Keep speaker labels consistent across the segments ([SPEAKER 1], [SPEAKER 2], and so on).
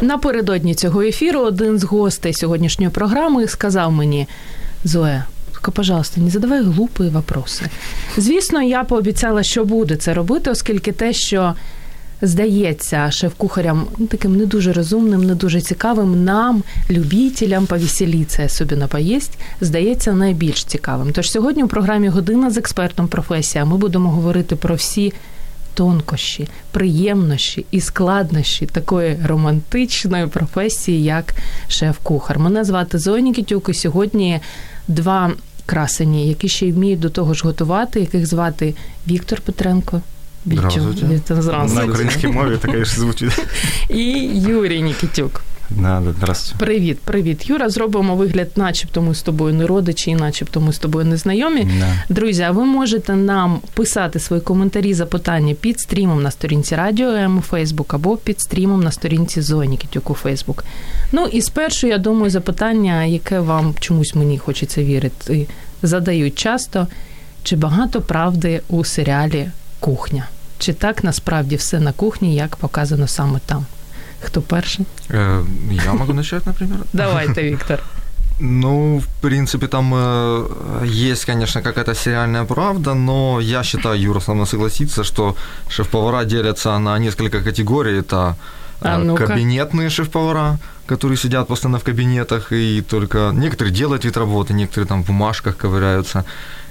[SPEAKER 1] Напередодні цього ефіру один з гостей сьогоднішньої програми сказав мені: Зоя, тільки, пожалуйста, не задавай глупі вопроси. Звісно, я пообіцяла, що буду це робити, оскільки те, що здається шеф-кухарям ну, таким не дуже розумним, не дуже цікавим, нам, любітелям повеселіться, особливо поїсть, здається найбільш цікавим. Тож сьогодні у програмі Година з експертом професія ми будемо говорити про всі тонкощі, приємнощі і складнощі такої романтичної професії, як шеф-кухар. Мене звати Зоя Нікітюк, і сьогодні два красені, які ще й вміють до того ж готувати, яких звати Віктор Петренко. Вітю.
[SPEAKER 2] Здравствуйте.
[SPEAKER 1] Вітю,
[SPEAKER 2] На
[SPEAKER 1] здравствуйте.
[SPEAKER 2] українській мові таке ж звучить.
[SPEAKER 1] І Юрій Нікітюк.
[SPEAKER 2] Да, да, здравствуйте.
[SPEAKER 1] Привіт, привіт, Юра. Зробимо вигляд, начебто ми з тобою не родичі, і начебто ми з тобою не знайомі.
[SPEAKER 2] Да.
[SPEAKER 1] Друзі, а ви можете нам писати свої коментарі, запитання під стрімом на сторінці Радіо М у Фейсбук або під стрімом на сторінці Зоні Кітюк у Фейсбук. Ну і спершу, я думаю, запитання, яке вам чомусь мені хочеться вірити, задають часто. Чи багато правди у серіалі Кухня? Чи так насправді все на кухні, як показано саме там? Хто перший?
[SPEAKER 2] Э, Я могу начать, например?
[SPEAKER 1] Давайте, Віктор.
[SPEAKER 2] Ну, в принципе, там э, есть, конечно, какая-то сериальная правда, но я считаю, Юра со мной согласится, что шеф-повара делятся на несколько категорий. Это э,
[SPEAKER 1] А ну-ка.
[SPEAKER 2] кабинетные шеф-повара, которые сидят постоянно в кабинетах, и только некоторые делают вид работы, некоторые там в бумажках ковыряются.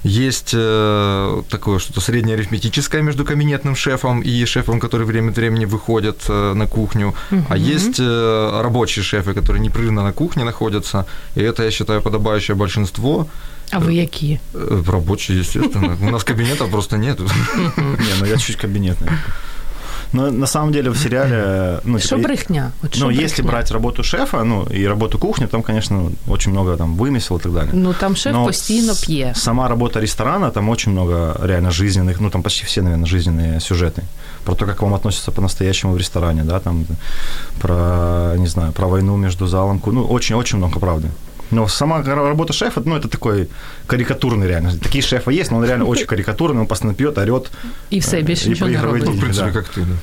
[SPEAKER 2] Есть э, такое что-то среднее арифметическое между кабинетным шефом и шефом, который время от времени выходит э, на кухню. А есть э, рабочие шефы, которые непрерывно на кухне находятся. И это, я считаю, подобающее большинство.
[SPEAKER 1] А ви які?
[SPEAKER 2] Э, Рабочие, естественно. У нас кабинета просто нет.
[SPEAKER 3] Не, ну я чуть кабинетный. Но на самом деле в сериале... Ну,
[SPEAKER 1] Що
[SPEAKER 3] типа,
[SPEAKER 1] брехня? От що
[SPEAKER 3] ну,
[SPEAKER 1] брехня?
[SPEAKER 3] если брать работу шефа, ну, и работу кухни, там, конечно, очень много там вымысел и так далее.
[SPEAKER 1] Ну там шеф
[SPEAKER 3] Но
[SPEAKER 1] постійно
[SPEAKER 3] с-
[SPEAKER 1] п'є.
[SPEAKER 3] Сама работа ресторана, там очень много реально жизненных, ну, там почти все, наверное, жизненные сюжеты. Про то, как к вам относятся по-настоящему в ресторане, да, там, про, не знаю, про войну между залом, ку- ну, очень-очень много правды. Но сама ра- работа шефа, ну, это такой карикатурный реально. Такие шефы есть, но он реально очень карикатурный, он постоянно пьет, орет.
[SPEAKER 1] І все, більше
[SPEAKER 3] І
[SPEAKER 1] нічого не
[SPEAKER 3] проігрує
[SPEAKER 1] робить.
[SPEAKER 2] В принципе,
[SPEAKER 3] Да.
[SPEAKER 2] как ты. да.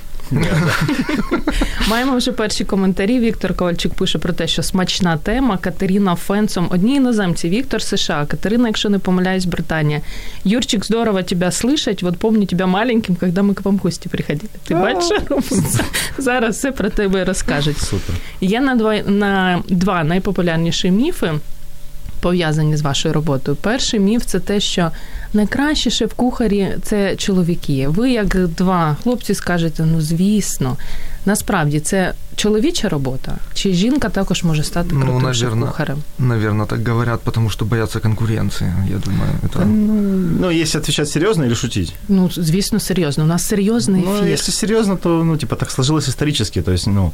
[SPEAKER 1] Маємо вже перші коментарі. Віктор Ковальчук пише про те, що смачна тема. Катерина Фенцом. Одні іноземці. Віктор США. Катерина, якщо не помиляюсь, Британія. Юрчик, здорово тебя слышать. Вот помню тебя маленьким, когда ми к вам в гості приходили. Ти бачиш? Зараз все про тебе розкажуть.
[SPEAKER 3] Супер.
[SPEAKER 1] Є на два, на два найпопулярніші міфи, пов'язані з вашою роботою. Перший міф це те, що найкращі шеф-кухарі це чоловіки. Ви, як два хлопці, скажете, ну звісно, насправді це чоловіча робота, чи жінка також може стати
[SPEAKER 2] Ну,
[SPEAKER 1] крутим
[SPEAKER 2] навірно.
[SPEAKER 1] шеф-кухарем?
[SPEAKER 2] Наверное, так говорят, потому что боятся конкуренции, я думаю. Это...
[SPEAKER 3] Ну, если отвечать серьезно или шутить?
[SPEAKER 1] Ну, звісно, серйозно. У нас серйозний
[SPEAKER 3] Ну,
[SPEAKER 1] ефір.
[SPEAKER 3] если серьезно, то, ну, типа, так сложилось исторически. То есть, ну,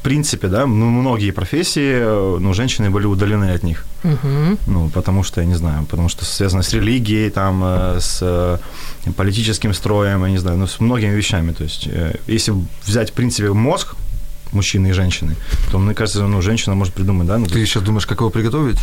[SPEAKER 3] в принципе, да, ну, многие профессии, э, ну, женщины были удалены от них.
[SPEAKER 1] Угу.
[SPEAKER 3] Ну, потому что, я не знаю, потому что связано с религией, там, э, с э, политическим строем, я не знаю, ну, с многими вещами. То есть, э, если взять, в принципе, мозг мужчины и женщины, то, мне кажется, ну, женщина может придумать, да, ну,
[SPEAKER 2] Ты сейчас думаешь, как его приготовить?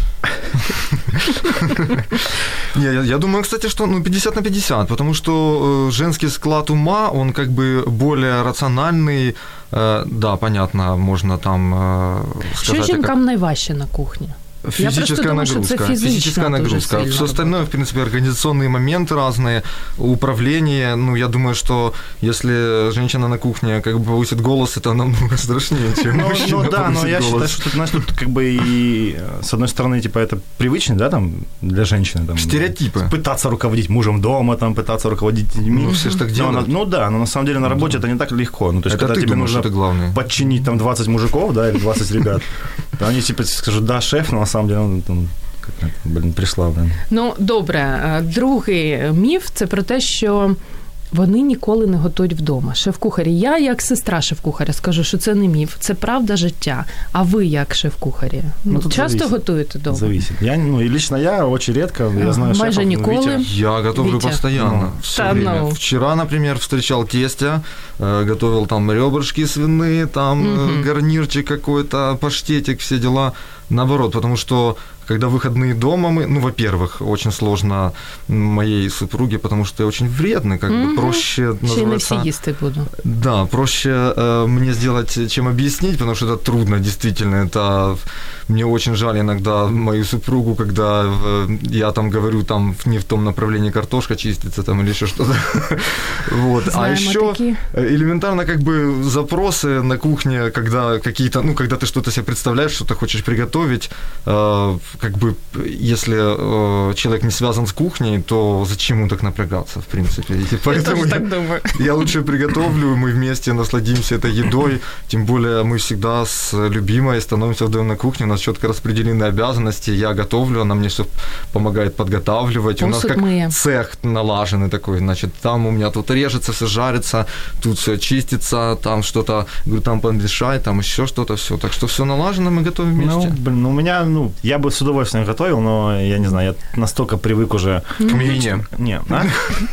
[SPEAKER 2] Не, я, я думаю, кстати, что ну, 50 на 50, потому что э, женский склад ума, он как бы более рациональный. Э, да, понятно, можно там э,
[SPEAKER 1] Що
[SPEAKER 2] сказать... о как-
[SPEAKER 1] жінкам найважче на кухні? Я просто
[SPEAKER 2] Физическая
[SPEAKER 1] думаю, что это
[SPEAKER 2] нагрузка.
[SPEAKER 1] физично
[SPEAKER 2] физическая
[SPEAKER 1] тоже
[SPEAKER 2] нагрузка.
[SPEAKER 1] сильно
[SPEAKER 2] Все остальное, в принципе, организационные моменты разные, управление. Ну, я думаю, что если женщина на кухне как бы повысит голос, это намного страшнее, чем
[SPEAKER 3] Ну,
[SPEAKER 2] мужчина
[SPEAKER 3] ну да, но
[SPEAKER 2] повысит
[SPEAKER 3] я считаю,
[SPEAKER 2] голос.
[SPEAKER 3] что тут, у нас тут как бы и э, с одной стороны, типа, это привычно, да, там, для женщины. Там,
[SPEAKER 2] Стереотипы.
[SPEAKER 3] Пытаться руководить мужем дома, там, пытаться руководить людьми.
[SPEAKER 2] Типа. Ну, все ж так
[SPEAKER 3] Но
[SPEAKER 2] делают.
[SPEAKER 3] на- ну да, но на самом деле на работе это не так легко. Ну, то есть,
[SPEAKER 2] Это
[SPEAKER 3] когда
[SPEAKER 2] ты
[SPEAKER 3] тебе
[SPEAKER 2] думаешь,
[SPEAKER 3] нужно
[SPEAKER 2] это главное.
[SPEAKER 3] подчинить там 20 мужиков, да, или 20 ребят, то они типа скажут, да, шеф, но на самом деле он там, как это, блин, пришла, блин.
[SPEAKER 1] Ну, добре, Е, другий міф це про те, що Вони ніколи не готують вдома. Шеф-кухарі. Я як сестра шеф-кухаря скажу, що це не міф, це правда життя. А ви як шеф-кухарі?
[SPEAKER 3] Ну, тут
[SPEAKER 1] часто
[SPEAKER 3] зависить.
[SPEAKER 1] готуєте вдома?
[SPEAKER 3] Зависит. Я, ну, и лично я очень редко, я знаю
[SPEAKER 1] А, Майже
[SPEAKER 3] шефов, ну,
[SPEAKER 1] николы.
[SPEAKER 3] Витя,
[SPEAKER 2] Я готовлю
[SPEAKER 1] Витя.
[SPEAKER 2] постоянно,
[SPEAKER 3] Ну.
[SPEAKER 2] все
[SPEAKER 1] Да
[SPEAKER 2] время.
[SPEAKER 1] ну.
[SPEAKER 2] Вчера, например, встречал тестя, э, готовил там ребрышки свиные, там э,
[SPEAKER 1] Мгм.
[SPEAKER 2] гарнирчик какой-то, паштетик, все дела. Наоборот, потому что когда выходные дома мы, ну, во-первых, очень сложно моей супруге, потому что я очень вредный, как
[SPEAKER 1] Мгм.
[SPEAKER 2] бы проще
[SPEAKER 1] Ще й не
[SPEAKER 2] называется.
[SPEAKER 1] всі їсти буду.
[SPEAKER 2] Да, проще э, мне сделать, чем объяснить, потому что это трудно, действительно. Это мне очень жаль иногда мою супругу, когда э, я там говорю, там в- не в том направлении картошка чистится там или еще что-то. Вот. А
[SPEAKER 1] Знаємо
[SPEAKER 2] еще
[SPEAKER 1] такі.
[SPEAKER 2] элементарно как бы запросы на кухне, когда какие-то, ну, когда ты что-то себе представляешь, что-то хочешь приготовить, э, как бы если э, человек не связан с кухней, то зачем ему так напрягаться, в принципе? И поэтому я-
[SPEAKER 1] думаю.
[SPEAKER 2] я лучше приготовлю, мы вместе насладимся этой едой. Тем более мы всегда с любимой становимся вдвоем на кухне. У нас четко распределены обязанности. Я готовлю, она мне все помогает подготавливать. у нас
[SPEAKER 1] Посуд
[SPEAKER 2] как
[SPEAKER 1] мыем.
[SPEAKER 2] цех налаженный такой. Значит, там у меня тут режется, все жарится, тут все чистится, там что-то, говорю, там помешай, там еще что-то, все. Так что все налажено, мы готовим
[SPEAKER 3] Ну,
[SPEAKER 2] вместе.
[SPEAKER 3] блин, ну, у меня, ну, я бы с удовольствием готовил, но я не знаю, я настолько привык уже.
[SPEAKER 2] к мини.
[SPEAKER 3] Не, а?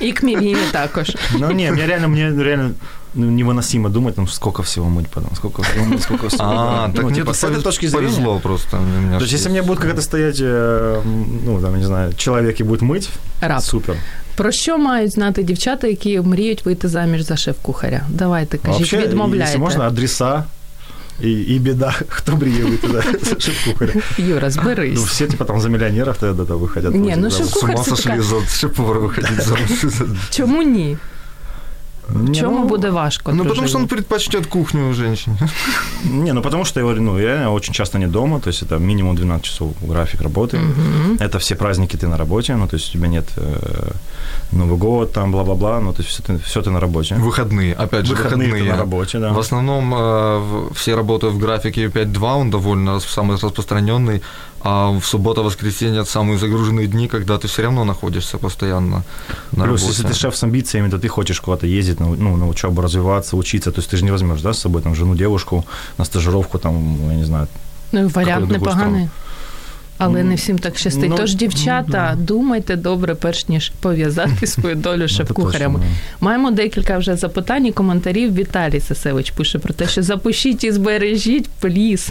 [SPEAKER 1] І кмівні також.
[SPEAKER 3] Ну, не, мне реально, мне реально ну, невыносимо думать, ну, сколько всего мыть потом, сколько всего мыть, сколько всего.
[SPEAKER 2] А,
[SPEAKER 3] мыть.
[SPEAKER 2] так
[SPEAKER 3] ну,
[SPEAKER 2] мне
[SPEAKER 3] типа,
[SPEAKER 2] тут
[SPEAKER 3] с этой
[SPEAKER 2] повез-
[SPEAKER 3] точки зрения.
[SPEAKER 2] повезло просто. У меня
[SPEAKER 3] То есть,
[SPEAKER 2] же
[SPEAKER 3] если мне будет какая-то стоять, э, ну, там, я не знаю, человек и будет мыть,
[SPEAKER 1] Раб.
[SPEAKER 3] супер.
[SPEAKER 1] Про що мають знати дівчата, які мріють вийти заміж за шеф-кухаря? Давайте
[SPEAKER 3] А
[SPEAKER 1] кажіть, відмовляйте.
[SPEAKER 3] если можно, адреса и, и беда, кто приедет туда, шеф-кухаря.
[SPEAKER 1] Юра,
[SPEAKER 3] Ну,
[SPEAKER 1] зберись.
[SPEAKER 3] все, типа, там, за миллионеров тогда там выходят.
[SPEAKER 1] Не,
[SPEAKER 3] вроде,
[SPEAKER 1] ну,
[SPEAKER 3] да,
[SPEAKER 2] с
[SPEAKER 1] шеф-кухарь
[SPEAKER 2] ума
[SPEAKER 1] всё-таки-
[SPEAKER 2] сошли за шеф-повара выходить замуж.
[SPEAKER 1] Чому ні?
[SPEAKER 3] Не,
[SPEAKER 1] Чому
[SPEAKER 3] ну,
[SPEAKER 1] буде важко?
[SPEAKER 2] Ну, потому
[SPEAKER 1] дружині?
[SPEAKER 2] что он предпочтет кухню женщине.
[SPEAKER 3] Не, ну потому что я говорю, ну, реально очень часто не дома, то есть это минимум 12 часов график работы. Это все праздники ты на работе, ну, то есть у тебя нет э, Новый год, там, бла-бла-бла, ну, то есть все ты, всё ты на работе.
[SPEAKER 2] Выходные, опять же, выходные.
[SPEAKER 3] ты на работе, да.
[SPEAKER 2] В основном э, в- все работают в графике 5-2, он довольно рас- самый распространенный, а в суббота-воскресенье это самые загруженные дни, когда ты все равно находишься постоянно на
[SPEAKER 3] Плюс,
[SPEAKER 2] работе.
[SPEAKER 3] если ты шеф с амбициями, то ты хочешь куда-то ездить, на, у- ну, на учебу развиваться, учиться, то есть ты же не возьмешь, да, с собой там жену, девушку на стажировку, там, я не знаю,
[SPEAKER 1] Ну, варіант
[SPEAKER 3] Какою другою
[SPEAKER 1] непоганий.
[SPEAKER 3] стороною?
[SPEAKER 1] Але
[SPEAKER 3] Ну,
[SPEAKER 1] не всім так щастить.
[SPEAKER 3] ну,
[SPEAKER 1] Тож, дівчата, думайте добре, перш ніж пов'язати свою долю з
[SPEAKER 3] ну, это
[SPEAKER 1] шеф-кухарями.
[SPEAKER 3] точно, да.
[SPEAKER 1] Маємо декілька вже запитань і коментарів. Віталій Сасевич пише про те, що запишіть і збережіть пліс.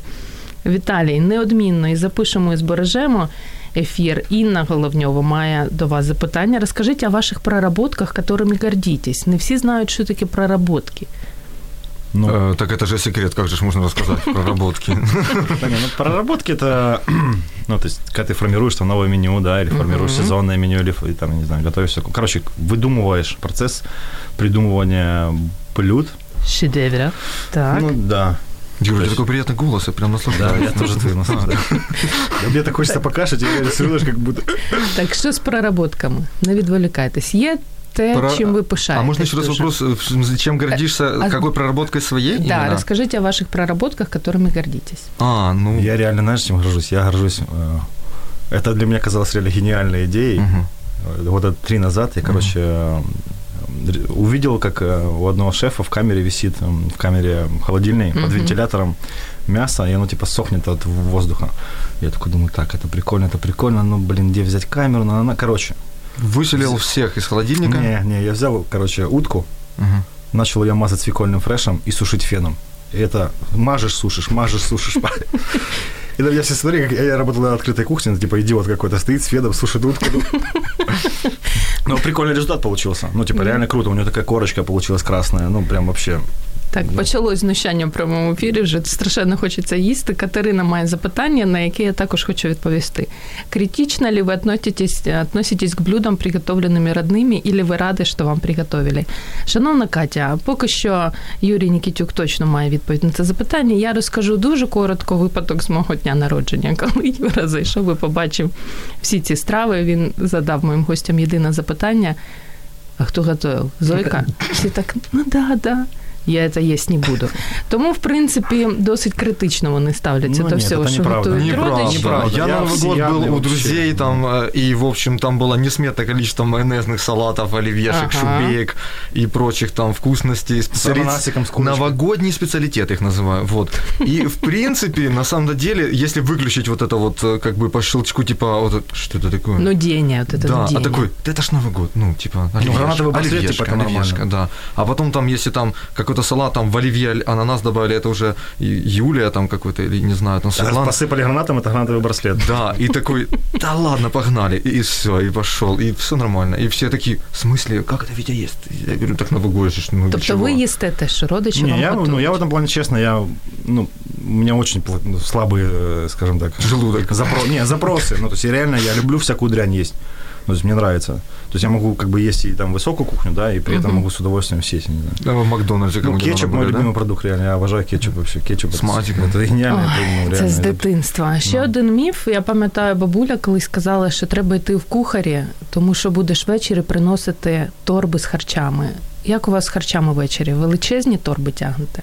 [SPEAKER 1] Віталій, неодмінно і запишемо і збережемо ефір. Інна Головньова має до вас запитання. Розкажіть о ваших проработках, которыми гордитесь. Не всі знають, що таке проработки.
[SPEAKER 3] Ну,
[SPEAKER 2] Э, так это же секрет, как же ж можно рассказать про работки?
[SPEAKER 3] Да не, ну, проработки это, ну, то есть, когда ты формируешь там новое меню, да, или формируешь
[SPEAKER 1] Мгм.
[SPEAKER 3] сезонное меню, или ф- там, не знаю, готовишься. к- Короче, выдумываешь процесс придумывания блюд.
[SPEAKER 1] Шедевра. Так.
[SPEAKER 3] Ну, да.
[SPEAKER 2] Юра, у тебя такой приятный голос, я прям
[SPEAKER 3] Да,
[SPEAKER 2] наслаждаюсь.
[SPEAKER 3] я тоже ты, на самом деле. Мне так хочется покашать, и я срываешь, как будто...
[SPEAKER 1] Так, що з проработками? Не відволікайтесь. Є те,
[SPEAKER 2] Про-
[SPEAKER 1] чим ви пишаєтесь.
[SPEAKER 2] А можно еще раз
[SPEAKER 1] дуже?
[SPEAKER 2] вопрос, э, в- чем гордишься,
[SPEAKER 1] а-
[SPEAKER 2] какой проработкой своей?
[SPEAKER 1] Да,
[SPEAKER 2] именно?
[SPEAKER 1] расскажите о ваших проработках, которыми гордитесь.
[SPEAKER 2] А, ну...
[SPEAKER 3] Я реально, знаешь, чем горжусь? Я горжусь... э, Это для меня казалось реально гениальной идеей.
[SPEAKER 2] мгм.
[SPEAKER 3] года три назад я, короче, м, увидел, как э, у одного шефа в камере висит, м, в камере холодильной под
[SPEAKER 1] Мгм.
[SPEAKER 3] вентилятором мясо, и оно типа сохнет от воздуха. Я такой думаю, так, это прикольно, это прикольно, ну, блин, где взять камеру? Ну, она, короче,
[SPEAKER 2] Выселил всех из холодильника?
[SPEAKER 3] не, не, я взял, короче, утку,
[SPEAKER 2] Мгм.
[SPEAKER 3] начал ее мазать свекольным фрешем и сушить феном. И это мажешь, сушишь, мажешь, сушишь. И там я все смотри, как я, я работал на открытой кухне, типа идиот какой-то стоит с феном, сушит утку. Но прикольный результат получился. Ну, типа, реально круто. У него такая корочка получилась красная. Ну, прям вообще.
[SPEAKER 1] Так, почалось знущання в прямому ефірі, вже страшенно хочеться їсти. Катерина має запитання, на яке я також хочу відповісти. Критично ли ви относитесь, относитесь к блюдам, приготовленими родними, или ви раді, що вам приготовили? Шановна Катя, поки що Юрій Нікітюк точно має відповідь на це запитання. Я розкажу дуже коротко випадок з мого дня народження. Коли Юра зайшов і побачив всі ці страви, він задав моїм гостям єдине запитання – а хто готовив? Зойка? Всі так, ну да, да. я это есть не буду. Тому, в принципі, досить критично вони ставляться
[SPEAKER 3] Ну,
[SPEAKER 1] до
[SPEAKER 3] ні,
[SPEAKER 1] всього,
[SPEAKER 3] це
[SPEAKER 1] що
[SPEAKER 3] неправда.
[SPEAKER 1] готують
[SPEAKER 2] Неправда,
[SPEAKER 1] родичі.
[SPEAKER 2] неправда.
[SPEAKER 3] Я
[SPEAKER 2] Я, на Новый год
[SPEAKER 3] всеядный
[SPEAKER 2] был у
[SPEAKER 3] вообще.
[SPEAKER 2] друзей, там, э, и, в общем, там было несметное количество майонезных салатов, оливьешек,
[SPEAKER 1] Ага.
[SPEAKER 2] шубеек и прочих там вкусностей. специалиц-
[SPEAKER 3] ананасиком с курочкой.
[SPEAKER 2] Новогодний специалитет их называю, вот. И, в принципе, на самом деле, если выключить вот это вот, э, как бы по щелчку, типа, вот, это- что это такое?
[SPEAKER 1] Ну, день, от это
[SPEAKER 2] да,
[SPEAKER 1] день.
[SPEAKER 2] а такой, да это ж Новый год, ну, типа, оливьешка,
[SPEAKER 3] гранатовый браслет,
[SPEAKER 2] оливьешка,
[SPEAKER 3] типа, это нормально.
[SPEAKER 2] оливьешка, да. А потом там, если там какой-то салат, там в оливье аль- ананас добавили, это уже и- Юлия там какой-то, или не знаю, там
[SPEAKER 3] Раз
[SPEAKER 2] Светлана.
[SPEAKER 3] Посыпали гранатом, это гранатовый браслет.
[SPEAKER 2] Да, и такой, да ладно, погнали. И, все, и пошел, и все нормально. И все такие, в смысле, как это Витя ест? Я говорю, так Новый же, ну,
[SPEAKER 1] Тобто
[SPEAKER 2] чего?»
[SPEAKER 1] ви їсте те, що родичі
[SPEAKER 3] Не,
[SPEAKER 1] вам
[SPEAKER 3] я,
[SPEAKER 1] готують.
[SPEAKER 3] ну, я в этом плане честно, я, ну, у меня очень пла- ну, слабый, э, скажем так,
[SPEAKER 2] Желудок.
[SPEAKER 3] запро... не, запросы. Ну, то есть, реально, я люблю всякую дрянь есть. Ну, то есть, мне нравится. То есть, я могу как бы есть и там высокую кухню, да, и при этом могу с удовольствием съесть, я не знаю.
[SPEAKER 2] Да, в Макдональдсе
[SPEAKER 3] Ну,
[SPEAKER 2] кому-нибудь
[SPEAKER 3] кетчуп мой
[SPEAKER 2] надо было,
[SPEAKER 3] любимый продукт, реально. Я обожаю кетчуп вообще. Кетчуп
[SPEAKER 2] С
[SPEAKER 3] это-
[SPEAKER 2] матиком.
[SPEAKER 3] Это ну, гениально.
[SPEAKER 1] Ой, це з дитинства. Ще
[SPEAKER 3] Ну.
[SPEAKER 1] один міф. Я пам'ятаю, бабуля колись сказала, що треба йти в кухарі, тому що будеш ввечері приносити торби з харчами. Як у вас з харчами ввечері? Величезні торби тягнете?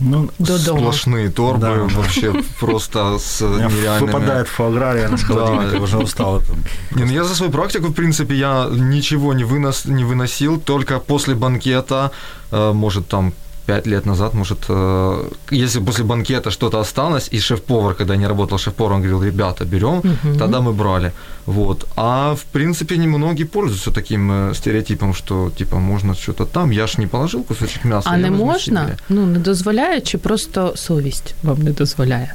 [SPEAKER 3] Ну,
[SPEAKER 2] да?
[SPEAKER 1] Додому.
[SPEAKER 2] Сплошные торбы
[SPEAKER 3] Да.
[SPEAKER 2] вообще просто с
[SPEAKER 3] у меня выпадает
[SPEAKER 2] нереальными.
[SPEAKER 3] фуагра, реально, с
[SPEAKER 2] Да.
[SPEAKER 3] холодильника, я уже устал. от этого.
[SPEAKER 2] Не, ну я за свою практику, в принципе, я ничего не, вынос, не выносил, только после банкета, э, может, там, пять лет назад, может, э, если после банкета что-то осталось, и шеф-повар, когда я не работал шеф-поваром, он говорил, ребята, берем,
[SPEAKER 1] Мгм.
[SPEAKER 2] Тогда мы брали. Вот. А в принципе немногие пользуются таким э, стереотипом, что типа можно что-то там. Я ж не положил кусочек мяса.
[SPEAKER 1] А
[SPEAKER 2] я
[SPEAKER 1] не
[SPEAKER 2] возьму
[SPEAKER 1] можна?
[SPEAKER 2] себе.
[SPEAKER 1] Ну не дозволяє, чи просто совість вам не дозволяє?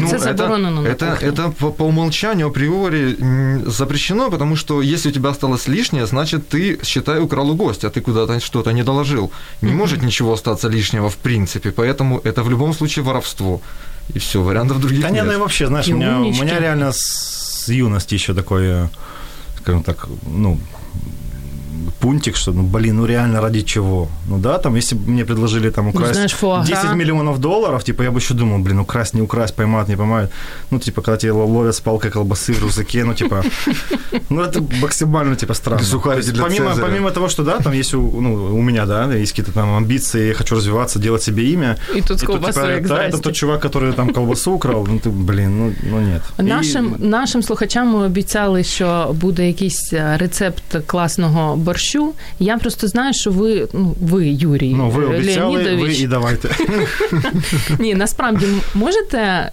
[SPEAKER 2] Ну,
[SPEAKER 1] це заборонено на
[SPEAKER 2] это,
[SPEAKER 1] кухні?
[SPEAKER 2] это по, по умолчанию априори м, запрещено, потому что если у тебя осталось лишнее, значит ты, считай, украл у гостя, ты куда-то что-то не доложил. Не
[SPEAKER 1] Мгм.
[SPEAKER 2] может ничего остаться лишнего в принципе, поэтому это в любом случае воровство. И все, вариантов других
[SPEAKER 3] Да не,
[SPEAKER 2] нет.
[SPEAKER 3] ну и вообще, знаешь,
[SPEAKER 1] И
[SPEAKER 3] у меня, у
[SPEAKER 1] умнички.
[SPEAKER 3] меня реально с юности еще такой, э, скажем так, ну, пунктик, что, ну, блин, ну реально ради чего? Ну да, там, если бы мне предложили там украсть
[SPEAKER 1] Ну, знаешь, фуагра.
[SPEAKER 3] 10 миллионов долларов, типа, я бы еще думал, блин, украсть, не украсть, поймают, не поймают. Ну, типа, когда тебя ловят с палкой колбасы в рюкзаке, ну, типа, ну, это максимально, типа, странно.
[SPEAKER 2] Сухарики
[SPEAKER 3] То есть,
[SPEAKER 2] для
[SPEAKER 3] помимо,
[SPEAKER 2] Цезаря.
[SPEAKER 3] помимо того, что, да, там есть, у, ну, у меня, да, есть какие-то там амбиции, я хочу развиваться, делать себе имя,
[SPEAKER 1] І тут з
[SPEAKER 3] и тут,
[SPEAKER 1] ковбасою,
[SPEAKER 3] типа,
[SPEAKER 1] як
[SPEAKER 3] да, это
[SPEAKER 1] здрасте.
[SPEAKER 3] тот чувак, который там колбасу украл, ну ты, блин, ну, ну нет. И-
[SPEAKER 1] Нашим нашим слухачам ми обіцяли, що буде якийсь е, рецепт класного борщу. Я просто знаю, що ви, ну ви, Юрій
[SPEAKER 3] Ну, ви
[SPEAKER 1] е,
[SPEAKER 3] обіцяли, ви
[SPEAKER 1] Леонідович,
[SPEAKER 3] і давайте.
[SPEAKER 1] ні, насправді м- можете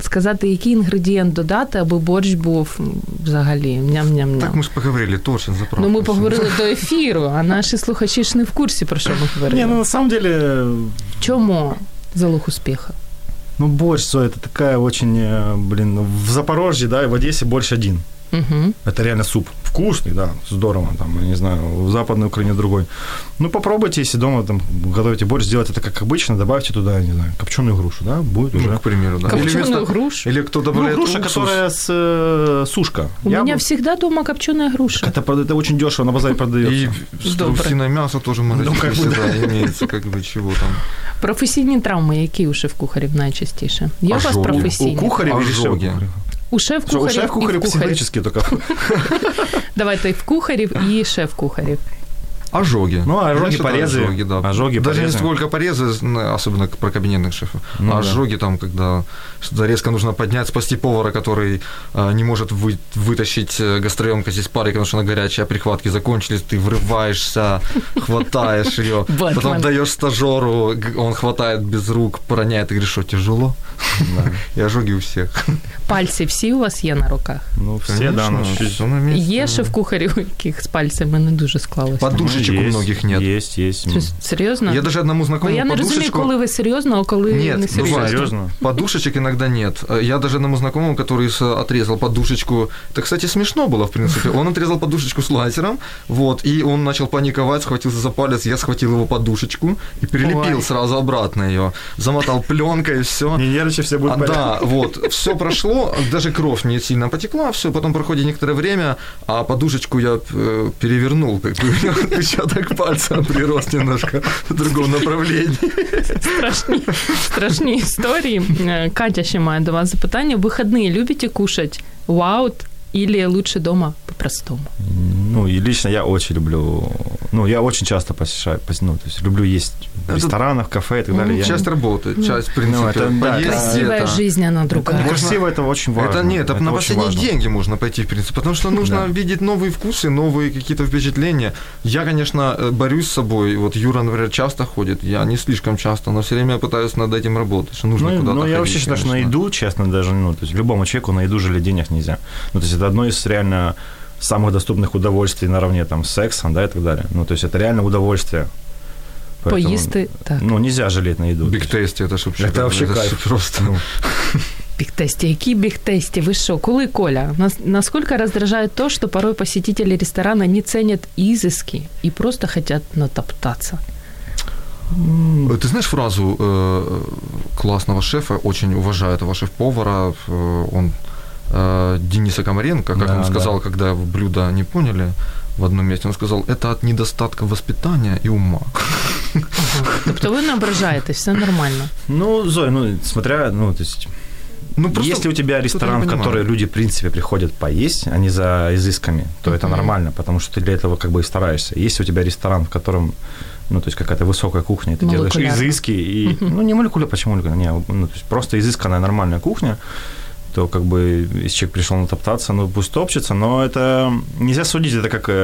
[SPEAKER 1] сказати, який інгредієнт додати, аби борщ був м, взагалі
[SPEAKER 2] Так
[SPEAKER 1] ням-ням-ням.
[SPEAKER 2] мы же поговорили, точно, заправка.
[SPEAKER 1] Ну ми
[SPEAKER 2] Всё.
[SPEAKER 1] поговорили до ефіру, а наші слухачі ж не в курсі про що ми
[SPEAKER 3] Не, ну
[SPEAKER 1] говорили.
[SPEAKER 3] на самом деле,
[SPEAKER 1] Чому залог успіху?
[SPEAKER 3] ну борщ, Зоя, это такая очень, э, блин, ну, в Запорожье, да, и в Одессе борщ один.
[SPEAKER 1] Угу.
[SPEAKER 3] Это реально суп. Вкусный, да, здорово, там, я не знаю, в Западной Украине другой. Ну, попробуйте, если дома там готовите борщ, сделать это как обычно, добавьте туда, не знаю, копченую грушу, да, будет
[SPEAKER 2] Ну,
[SPEAKER 3] уже.
[SPEAKER 2] к примеру, да. Или,
[SPEAKER 1] Копчену
[SPEAKER 2] вместо-
[SPEAKER 1] грушу.
[SPEAKER 2] или кто
[SPEAKER 3] Ну,
[SPEAKER 2] добавляет
[SPEAKER 3] груша,
[SPEAKER 2] уксус.
[SPEAKER 3] которая с э, сушка.
[SPEAKER 1] У
[SPEAKER 3] Я
[SPEAKER 1] мене
[SPEAKER 3] бы-
[SPEAKER 1] завжди вдома копчена груша.
[SPEAKER 3] это, прод- это очень дешево на базаре продается.
[SPEAKER 2] И
[SPEAKER 1] Доброе.
[SPEAKER 2] страусиное мясо тоже в магазине
[SPEAKER 3] Ну, как бы,
[SPEAKER 2] всегда имеется, как бы чего там.
[SPEAKER 1] Професійні травми, які у шеф-кухарів найчастіше? Є у вас
[SPEAKER 2] Ожоги.
[SPEAKER 3] У
[SPEAKER 1] професійні?
[SPEAKER 3] А кухаря или
[SPEAKER 2] Ожоги.
[SPEAKER 3] шеф-кухаря?
[SPEAKER 1] У
[SPEAKER 3] Что, у
[SPEAKER 1] шеф-кухарів і
[SPEAKER 3] шеф-кухаря
[SPEAKER 1] в кухарів.
[SPEAKER 3] психологически только.
[SPEAKER 1] Давайте в кухарів і шеф-кухарів.
[SPEAKER 2] Ожоги.
[SPEAKER 3] Ну, ожоги,
[SPEAKER 2] Значит,
[SPEAKER 3] порезы.
[SPEAKER 2] Ожоги, да.
[SPEAKER 3] Ожоги,
[SPEAKER 2] Даже не
[SPEAKER 3] порезы.
[SPEAKER 2] сколько порезы, зн- особенно к- про кабинетных шефов.
[SPEAKER 3] Ну, да.
[SPEAKER 2] ожоги там, когда что-то резко нужно поднять, спасти повара, который э, не может вы- вытащить э, гастроемкость из пары, потому что она горячая, а прихватки закончились, ты врываешься, хватаешь ее,
[SPEAKER 1] Бэтмен.
[SPEAKER 2] потом даешь стажеру, г- он хватает без рук, проняет и говоришь, что тяжело. И ожоги у всех.
[SPEAKER 1] Пальці всі у вас є на руках.
[SPEAKER 3] Ну, все, да, ну, чуть-
[SPEAKER 2] всё на месте.
[SPEAKER 1] Є шеф-кухарів, у яких з пальцями не дуже склалося.
[SPEAKER 2] Под- Подушечек
[SPEAKER 3] Ну,
[SPEAKER 2] у
[SPEAKER 3] есть,
[SPEAKER 2] многих нет.
[SPEAKER 3] Есть, есть.
[SPEAKER 1] Це
[SPEAKER 3] ну,
[SPEAKER 1] Серйозно?
[SPEAKER 2] Я даже одному
[SPEAKER 1] Бо
[SPEAKER 2] знакомому
[SPEAKER 1] я не розумію,
[SPEAKER 2] подушечку...
[SPEAKER 1] коли ви серйозно, а коли
[SPEAKER 2] Ні,
[SPEAKER 1] не
[SPEAKER 2] буває.
[SPEAKER 1] серйозно.
[SPEAKER 3] Серьезно?
[SPEAKER 2] Подушечек иногда нет. Э, Я даже одному знакомому, который с- отрезал подушечку, это, кстати, смешно было, в принципе. Он отрезал подушечку слайсером, вот, и он начал паниковать, схватился за палец, я схватил его подушечку и прилепил
[SPEAKER 1] Ой.
[SPEAKER 2] сразу обратно ее, замотал пленкой и все.
[SPEAKER 3] Не нервничай, все будет понятно.
[SPEAKER 2] да, вот, все прошло, даже кровь не сильно потекла, все, потом проходит некоторое время, а подушечку я э, перевернул, как бы, отпечаток пальца прирос немножко в другом направлении.
[SPEAKER 1] Страшні, страшні історії. Е, Катя ще має до вас запитання. Вихідні любите кушать? Ваут или лучше дома по-простому?
[SPEAKER 3] Ну, и лично я очень люблю... Ну, я очень часто посещаю, пос- ну, то есть люблю есть ресторанах, кафе и так далее. Я не-
[SPEAKER 2] Ну, Часть работы, часть, в принципе,
[SPEAKER 3] Ну, это- да,
[SPEAKER 2] поесть,
[SPEAKER 1] Красивая
[SPEAKER 2] это-
[SPEAKER 1] жизнь, она другая.
[SPEAKER 3] Ну, красиво это очень важно.
[SPEAKER 2] Это нет, это, на
[SPEAKER 3] очень
[SPEAKER 2] последние
[SPEAKER 3] важно.
[SPEAKER 2] деньги можно пойти, в принципе, потому что нужно
[SPEAKER 3] Да.
[SPEAKER 2] видеть новые вкусы, новые какие-то впечатления. Я, конечно, э, борюсь с собой. Вот Юра, например, часто ходит, я не слишком часто, но все время пытаюсь над этим работать, что нужно
[SPEAKER 3] Ну,
[SPEAKER 2] куда-то
[SPEAKER 3] ну, я
[SPEAKER 2] ходить,
[SPEAKER 3] вообще считаю, что на
[SPEAKER 2] конечно.
[SPEAKER 3] еду, честно, даже, ну, то есть любому человеку на еду жалеть денег нельзя. Ну, то есть это одно из реально самых доступных удовольствий наравне там с сексом, да, и так далее. Ну, то есть это реально удовольствие. Поэтому,
[SPEAKER 1] Поїсти, так.
[SPEAKER 3] Ну, нельзя жалеть на еду.
[SPEAKER 2] Биг
[SPEAKER 3] То есть
[SPEAKER 2] тесте, это ж вообще,
[SPEAKER 3] Это
[SPEAKER 2] как бы,
[SPEAKER 3] вообще
[SPEAKER 2] ж
[SPEAKER 3] кайф.
[SPEAKER 2] просто.
[SPEAKER 3] Ну,
[SPEAKER 1] Бігтесті, які бігтесті? Вы что? Коли Коля? Нас, насколько раздражает то, что порой посетители ресторана не ценят изыски и просто хотят натоптаться?
[SPEAKER 2] Э, Ты знаешь фразу э, классного шефа, очень уважаю этого шеф-повара, э, он э, Дениса Комаренко, как
[SPEAKER 3] Да,
[SPEAKER 2] он
[SPEAKER 3] да.
[SPEAKER 2] сказал, когда блюдо не поняли в одном месте, он сказал, это от недостатка воспитания и ума.
[SPEAKER 1] Тобто ви не ображаєтесь, все нормально.
[SPEAKER 3] Ну, Зоя, ну, смотря, ну, то есть...
[SPEAKER 2] Ну, просто
[SPEAKER 3] Если у тебя ресторан, в
[SPEAKER 2] понимаю.
[SPEAKER 3] который люди, в принципе, приходят поесть, а не за изысками, то это
[SPEAKER 1] Мгм.
[SPEAKER 3] нормально, потому что ты для этого как бы и стараешься. Если у тебя ресторан, в котором, ну, то есть какая-то высокая кухня, и ты делаешь
[SPEAKER 1] Молекулярно.
[SPEAKER 3] изыски, и, ну, не молекуля, почему молекулярно, не, ну, то есть просто изысканная нормальная кухня, то как бы если человек пришел натоптаться, ну, пусть топчется, но это нельзя судить, это как э,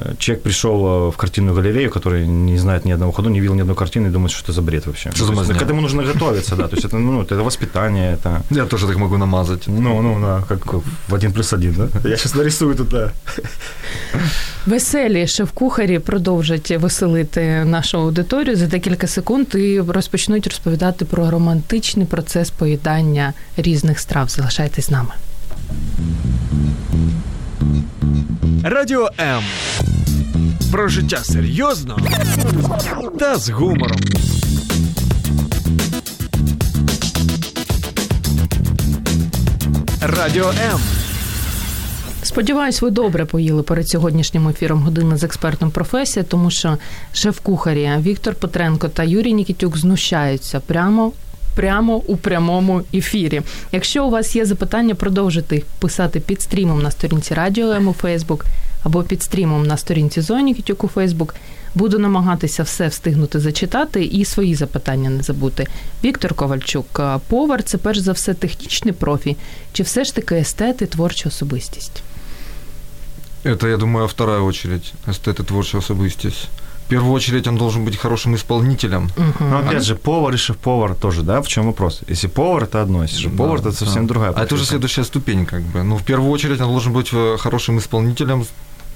[SPEAKER 3] э, Человек пришел э, в картинную галерею, который не знает ни одного ходу, не видел ни одной картины и думает, что это за бред вообще.
[SPEAKER 2] Что
[SPEAKER 3] То
[SPEAKER 2] за
[SPEAKER 3] есть, ну,
[SPEAKER 2] мазня?
[SPEAKER 3] к этому нужно готовиться, да. То есть это, ну, это воспитание, это
[SPEAKER 2] Я тоже так могу намазать.
[SPEAKER 3] ну, ну, да, как в один плюс один, да? Я сейчас нарисую тут, да.
[SPEAKER 1] Веселі шеф-кухарі продовжать веселити нашу аудиторію за декілька секунд і розпочнуть розповідати про романтичний процес поїдання різних страв. Залишайтесь з нами.
[SPEAKER 4] Радіо М. Про життя серйозно та з гумором. Радіо М.
[SPEAKER 1] Сподіваюсь, ви добре поїли перед сьогоднішнім ефіром години з експертом професія, тому що шеф-кухарі Віктор Петренко та Юрій Нікітюк знущаються прямо. Прямо у прямому ефірі. Якщо у вас є запитання, продовжуйте їх писати під стрімом на сторінці Радіо М у Фейсбук або під стрімом на сторінці Зоя Нікітюк у Фейсбук. Буду намагатися все встигнути зачитати і свої запитання не забути. Віктор Ковальчук, а, повар це перш за все технічний профі, чи все ж таки естет і творча особистість?
[SPEAKER 2] Это, я думаю, вторая очередь. Эстет и творчая особистость. В первую очередь он должен быть хорошим исполнителем.
[SPEAKER 3] Но Ну, опять же, повар и шеф-повар тоже, да? В чем вопрос? Если повар, это одно, если шеф-повар,
[SPEAKER 2] Да,
[SPEAKER 3] это совсем
[SPEAKER 2] да.
[SPEAKER 3] другая
[SPEAKER 2] А это уже
[SPEAKER 3] профессия.
[SPEAKER 2] следующая ступень, как бы. Ну, в первую очередь он должен быть э, хорошим исполнителем.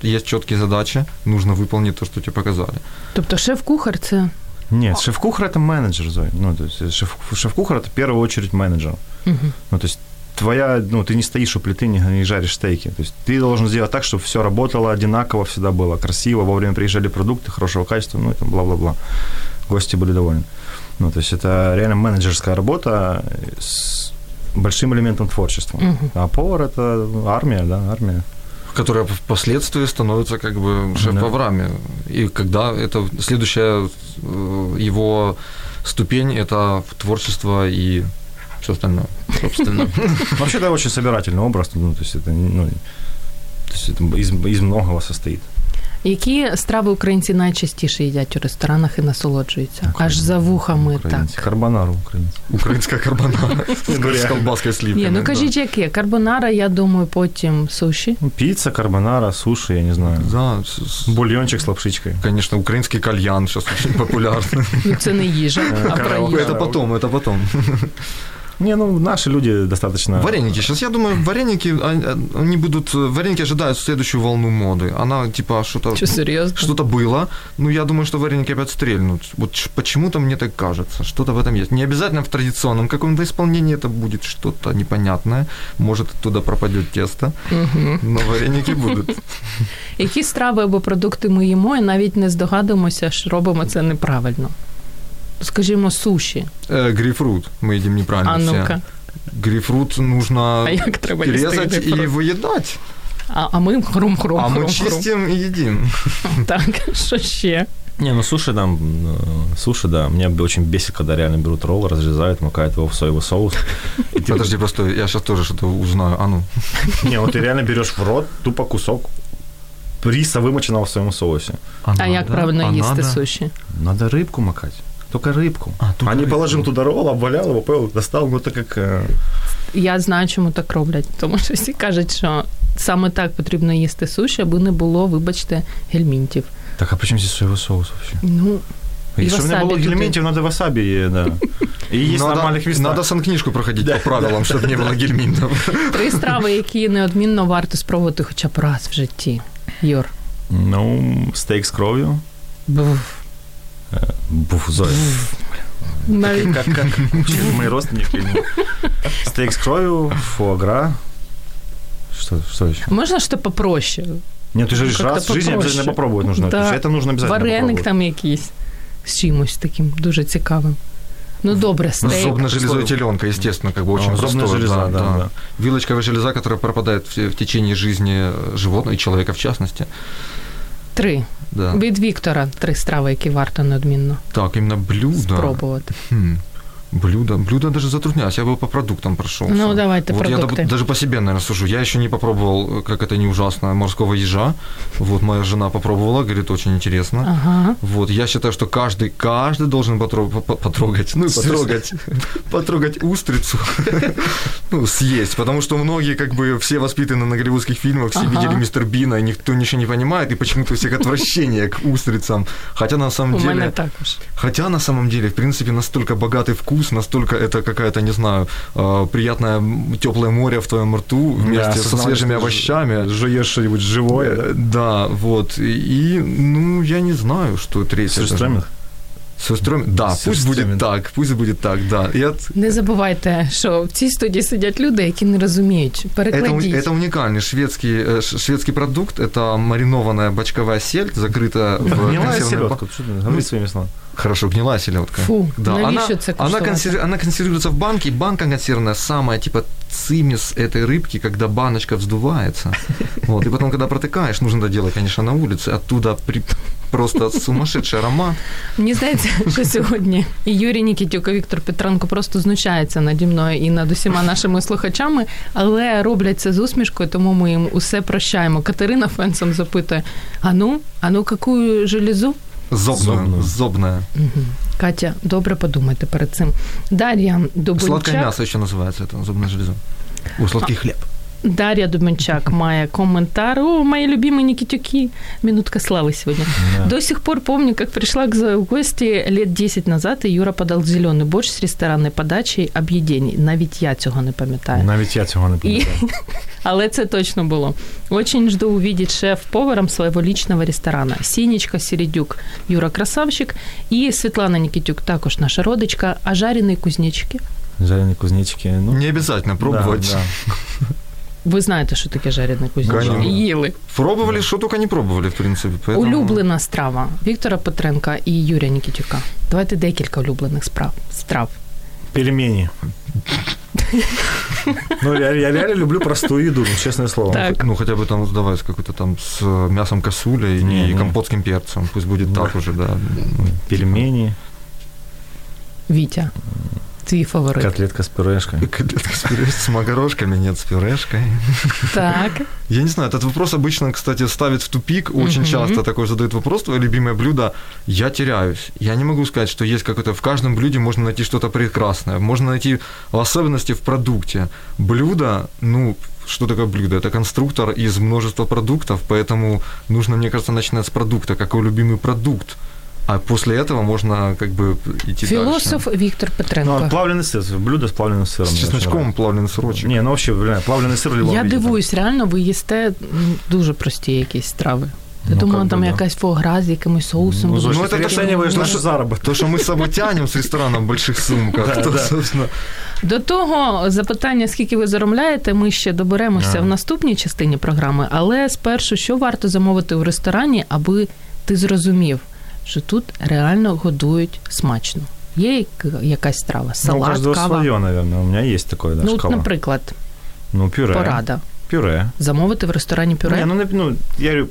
[SPEAKER 2] Есть четкие задачи, нужно выполнить то, что тебе показали.
[SPEAKER 1] Тобто шеф-кухар це
[SPEAKER 3] Нет, шеф-кухар это менеджер, Зой. Ну, то есть шеф- шеф-кухар это в первую очередь менеджер.
[SPEAKER 1] Мгм.
[SPEAKER 3] Ну, то есть твоя, ну, ты не стоишь у плиты, не, не жаришь стейки. То есть ты должен сделать так, чтобы все работало одинаково, всегда было красиво, вовремя приезжали продукты хорошего качества, ну, и там бла-бла-бла. Гости были довольны. Ну, то есть это реально менеджерская работа с большим элементом творчества.
[SPEAKER 1] Мгм.
[SPEAKER 3] А повар – это армия, да, армия.
[SPEAKER 2] Которые впоследствии становятся как бы шеф-поварами. И когда это следующая э, его ступень, это творчество и все остальное, собственно.
[SPEAKER 3] Вообще, это очень собирательный образ, ну, то есть это, ну, то есть это из, из многого состоит.
[SPEAKER 1] які страви українці найчастіше їдять у ресторанах і насолоджуються? Аж за вухами
[SPEAKER 3] Украинцы.
[SPEAKER 1] так.
[SPEAKER 3] Карбонару украинцы.
[SPEAKER 2] Украинская карбонара с колбаской сливками.
[SPEAKER 1] Ні, ну кажіть, яке? Карбонара, я думаю, потім суші.
[SPEAKER 3] Ну, Пицца, карбонара, суши, я не знаю.
[SPEAKER 2] Да, с- с-
[SPEAKER 3] Бульончик с лапшичкой.
[SPEAKER 2] конечно, украинский кальян сейчас очень популярный.
[SPEAKER 1] Ну це не їжа, а
[SPEAKER 3] караоке.
[SPEAKER 1] проїжджа.
[SPEAKER 2] Это потом, это потом.
[SPEAKER 3] Не, ну наши люди достаточно.
[SPEAKER 2] Вареники. Сейчас я думаю, вареники, а- они будут... Вареники ожидают следующую волну моды. Она типа что-то...
[SPEAKER 1] Що серйозно?
[SPEAKER 2] Что-то было, ну я думаю, что вареники опять стрельнут. Вот ш- почему-то мне так кажется, что-то в этом есть. Не обязательно в традиционном каком-то исполнении это будет что-то непонятное. Может, оттуда пропадет тесто,
[SPEAKER 1] Мгм.
[SPEAKER 2] но вареники будут.
[SPEAKER 1] Які страви або продукти ми їмо і навіть не здогадуємося, що робимо це неправильно? Скажімо, суші.
[SPEAKER 2] Э, Грейпфрут мы едим неправильно
[SPEAKER 1] А
[SPEAKER 2] все.
[SPEAKER 1] ну-ка,
[SPEAKER 2] Грейпфрут нужно
[SPEAKER 1] а як треба їсти?
[SPEAKER 2] резать и
[SPEAKER 1] грейпфрут?
[SPEAKER 2] выедать.
[SPEAKER 1] А, а ми хрум-хрум.
[SPEAKER 2] А мы
[SPEAKER 1] хрум-хрум.
[SPEAKER 2] чистим и едим.
[SPEAKER 1] Так, що ще?
[SPEAKER 3] Не, ну суши там, э, суши, да, меня б- очень бесит, когда реально берут ролл, разрезают, макают его в соевый соус. И ты-
[SPEAKER 2] Подожди, просто я сейчас тоже что-то узнаю. А ну.
[SPEAKER 3] Не, вот ты реально берешь в рот тупо кусок риса вымоченного в своем соусе.
[SPEAKER 1] А як правильно їсти
[SPEAKER 2] надо?
[SPEAKER 1] суші?
[SPEAKER 3] Надо рыбку макать. Только рыбку.
[SPEAKER 2] А, только
[SPEAKER 3] а не
[SPEAKER 2] рыбку.
[SPEAKER 3] положил туда ролл, обвалял его, поел, достал, ну так как... э,
[SPEAKER 1] Я знаю, чому так роблять, тому що всі кажуть, що саме так потрібно їсти суші, аби не було, вибачте, гельмінтів.
[SPEAKER 3] Так, а при чем здесь соевый соус вообще?
[SPEAKER 1] Ну, И
[SPEAKER 3] Если у меня
[SPEAKER 1] васаби
[SPEAKER 3] было
[SPEAKER 1] тут
[SPEAKER 3] гельминтев, надо васаби, э, да. И есть нормальных
[SPEAKER 2] надо,
[SPEAKER 3] веста.
[SPEAKER 2] надо санкнижку проходить по правилам, чтобы не было гельминтов.
[SPEAKER 1] три страви, які неодмінно варто спробувати хоча б раз в житті. Йор.
[SPEAKER 3] Ну, стейк с кровью.
[SPEAKER 1] Буф.
[SPEAKER 3] Буф, Зоя.
[SPEAKER 1] Навіть
[SPEAKER 3] Как, как? Через мои родственники. Стейк с кровью, фуагра. Что, что еще?
[SPEAKER 1] Можна ж то попроще?
[SPEAKER 3] Нет, ты же говоришь,
[SPEAKER 1] Ну, Как-то
[SPEAKER 3] раз в жизни обязательно
[SPEAKER 1] попроще.
[SPEAKER 3] попробовать нужно.
[SPEAKER 1] Да.
[SPEAKER 3] То есть это нужно обязательно
[SPEAKER 1] Вареник
[SPEAKER 3] попробовать.
[SPEAKER 1] там якийсь з чимось таким дуже цікавим. Ну добре,
[SPEAKER 2] Ну,
[SPEAKER 1] стейк.
[SPEAKER 2] зубно железой теленка, естественно, как бы очень
[SPEAKER 3] А, зубная
[SPEAKER 2] простое,
[SPEAKER 3] железа, да, да.
[SPEAKER 2] Вилочковая железа, которая пропадает в, в течение жизни животного и человека в частности.
[SPEAKER 1] Три.
[SPEAKER 2] Да.
[SPEAKER 1] Від Віктора три страви, які варто неодмінно
[SPEAKER 2] Так, именно блюдо.
[SPEAKER 1] спробувати.
[SPEAKER 2] Хм. Блюдо. Блюдо даже затрудняюсь. Я бы по продуктам прошел.
[SPEAKER 1] Ну, давайте
[SPEAKER 2] вот
[SPEAKER 1] продукты.
[SPEAKER 2] Я даб- даже по себе, наверное, сужу. Я еще не попробовал, как это не ужасно, морского ежа. Вот моя жена попробовала, говорит, очень интересно.
[SPEAKER 1] Ага.
[SPEAKER 2] Вот, я считаю, что каждый, каждый должен потро- по- по- потрогать, ну, и потрогать, потрогать устрицу, ну, съесть, потому что многие, как бы, все воспитаны на голливудских фильмах, все
[SPEAKER 1] Ага.
[SPEAKER 2] видели Мистер Бина, и никто ничего не понимает, и почему-то у всех отвращение к устрицам, хотя на самом
[SPEAKER 1] У мене
[SPEAKER 2] деле,
[SPEAKER 1] також.
[SPEAKER 2] хотя на самом деле, в принципе, настолько богатый вкус, настолько это какая-то, не знаю, э, приятное теплое море в твоем рту
[SPEAKER 3] Да,
[SPEAKER 2] вместе со
[SPEAKER 3] осознавание,
[SPEAKER 2] свежими
[SPEAKER 3] что ты ж-
[SPEAKER 2] овощами,
[SPEAKER 3] Жуешь что-нибудь
[SPEAKER 2] Э, Да, вот. И, ну, я не знаю, что третье.
[SPEAKER 3] Сюрстрёминг?
[SPEAKER 2] Сюрстрёминг? Да, пусть
[SPEAKER 3] Сюрстрёминг.
[SPEAKER 2] будет так, пусть будет так, да. И от...
[SPEAKER 1] Не забувайте, що в цій студії сидять люди, які не розуміють.
[SPEAKER 2] Это, у-
[SPEAKER 1] Перекладіть.
[SPEAKER 2] это уникальный шведский, э, ш- шведский продукт. Это маринованная бочковая сельдь, закрытая в
[SPEAKER 3] Гнилая
[SPEAKER 2] консервной ба-
[SPEAKER 3] селедка. Что ты?
[SPEAKER 1] Ну,
[SPEAKER 3] Говори своими словами.
[SPEAKER 2] Хорошо, гнилая селедка.
[SPEAKER 1] Фу,
[SPEAKER 2] она,
[SPEAKER 1] навіщо це
[SPEAKER 2] она,
[SPEAKER 1] куштувати?
[SPEAKER 2] консер- она консервируется в банке, и банка консервная самая, типа, цимис этой рыбки, когда баночка вздувается. Вот, и потом, когда протыкаешь, нужно это делать, конечно, на улице, оттуда при- просто сумасшедший аромат.
[SPEAKER 1] Мені здається, що сьогодні і Юрій Нікітюк, і Віктор Петренко просто знущаються наді мною і над усіма нашими слухачами, але роблять це з усмішкою, тому ми їм усе прощаємо. Катерина Фенсом запитує: а ну, а ну, какую железу?
[SPEAKER 2] Зобная.
[SPEAKER 3] Зобную.
[SPEAKER 2] Зобная.
[SPEAKER 1] Катя, добре подумайте перед цим. Дар'я
[SPEAKER 2] Сладкое
[SPEAKER 1] Дубенчак,
[SPEAKER 2] мясо еще называется, это зубное железо. У сладкий хлеб.
[SPEAKER 1] Дар'я Дубенчак має коментар. О, мої любимі Нікітюки. Минутка слави сьогодні. До сих пор помню, как пришла к Зое в гости лет 10 назад, и Юра подал зеленый борщ с ресторанной подачей об'єдень. Навіть я цього не пам'ятаю.
[SPEAKER 3] Навіть я цього не
[SPEAKER 1] І...
[SPEAKER 3] пам'ятаю.
[SPEAKER 1] Але це точно було. Очень жду увидеть шеф-поваром своего личного ресторана. Сінічка Середюк, Юра Красавчик і Світлана Нікітюк, також наша родичка, а жарені кузнечики.
[SPEAKER 3] Жарені кузнечики. Ну,
[SPEAKER 2] Не обязательно пробовать.
[SPEAKER 3] да,
[SPEAKER 1] Ви знаєте, що таке жарені кузнечики?
[SPEAKER 2] Конечно.
[SPEAKER 1] Їли.
[SPEAKER 2] Пробовали, что только не пробовали, в принципе. поэтому-
[SPEAKER 1] Улюблена страва Віктора Петренка і Юрія Нікітюка. Давайте декілька улюблених справ. страв.
[SPEAKER 3] да. Пельмені. Ну, я, я реально люблю простую еду, ну, честное слово.
[SPEAKER 1] Так.
[SPEAKER 2] Ну, хотя бы там, давай, с какой-то там с э, мясом косуля и
[SPEAKER 3] Не,
[SPEAKER 2] не,
[SPEAKER 3] не.
[SPEAKER 2] компотским перцем. Пусть будет так уже, да.
[SPEAKER 3] Пельмени,
[SPEAKER 1] Вітя, твій фаворит.
[SPEAKER 3] котлетка с пюрешкой.
[SPEAKER 2] Котлетка с пюре- с макарошками, нет, с пюрешкой.
[SPEAKER 1] Так.
[SPEAKER 2] Я не знаю, этот вопрос обычно, кстати, ставит в тупик. Очень часто такой задают вопрос, твое любимое блюдо. Я теряюсь. Я не могу сказать, что есть какое-то... В каждом блюде можно найти что-то прекрасное. Можно найти особенности в продукте. Блюдо, ну, что такое блюдо? Это конструктор из множества продуктов, поэтому нужно, мне кажется, начинать с продукта. Какой любимый продукт? А после этого можно как бы идти
[SPEAKER 1] Філософ Віктор
[SPEAKER 3] Ну, а
[SPEAKER 1] Петренко.
[SPEAKER 3] плавленый сыр, блюдо с плавленым сыром.
[SPEAKER 2] дальше. С
[SPEAKER 3] мне очень
[SPEAKER 2] чесночком плавленый
[SPEAKER 3] нравится.
[SPEAKER 2] сырочек.
[SPEAKER 3] Не, ну вообще, блин, плавленый сыр в любом
[SPEAKER 1] Я
[SPEAKER 3] виде, там.
[SPEAKER 1] дивуюсь, реально, ви їсте м, дуже прості якісь страви. Я
[SPEAKER 3] Ну,
[SPEAKER 1] думала,
[SPEAKER 3] как
[SPEAKER 1] там
[SPEAKER 3] бы да.
[SPEAKER 1] якась фуагра з якимось соусом.
[SPEAKER 3] Ну,
[SPEAKER 1] буде.
[SPEAKER 3] Зоя,
[SPEAKER 2] Ну,
[SPEAKER 3] ну,
[SPEAKER 2] это
[SPEAKER 3] ты
[SPEAKER 2] то, что-
[SPEAKER 3] оцениваешь
[SPEAKER 2] ну,
[SPEAKER 3] наш
[SPEAKER 2] что-
[SPEAKER 3] заработок.
[SPEAKER 2] То, что мы с собой тянем с ресторана в больших сумках,
[SPEAKER 3] Да,
[SPEAKER 2] то,
[SPEAKER 3] да.
[SPEAKER 2] собственно,
[SPEAKER 1] До того запитання, скільки ви заробляєте, ми ще доберемося
[SPEAKER 3] Ага.
[SPEAKER 1] в наступній частині програми. Але спершу, що варто замовити у ресторані, аби ти зрозумів, що тут реально годують смачно. Є як- якась страва,
[SPEAKER 3] ну, у
[SPEAKER 1] салат,
[SPEAKER 3] каждого
[SPEAKER 1] кава.
[SPEAKER 3] свое, наверное. У меня есть такое, да,
[SPEAKER 1] ну, от,
[SPEAKER 3] шкала.
[SPEAKER 1] наприклад,
[SPEAKER 3] Ну, пюре.
[SPEAKER 1] порада.
[SPEAKER 3] Пюре.
[SPEAKER 1] Замовити в ресторані пюре.
[SPEAKER 3] Не, ну, нап- ну, я говорю,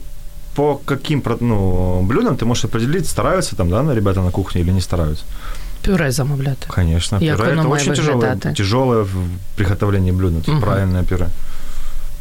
[SPEAKER 3] по каким про- ну, блюдам ты можешь определить, стараются там, да, на ребята на кухне или не стараются.
[SPEAKER 1] Пюре замовляти.
[SPEAKER 3] Конечно,
[SPEAKER 1] Як
[SPEAKER 3] пюре
[SPEAKER 1] воно
[SPEAKER 3] это
[SPEAKER 1] має
[SPEAKER 3] очень тяжелое,
[SPEAKER 1] виглядати?
[SPEAKER 3] тяжелое в приготовлении блюда,
[SPEAKER 1] Мгм.
[SPEAKER 3] правильное пюре.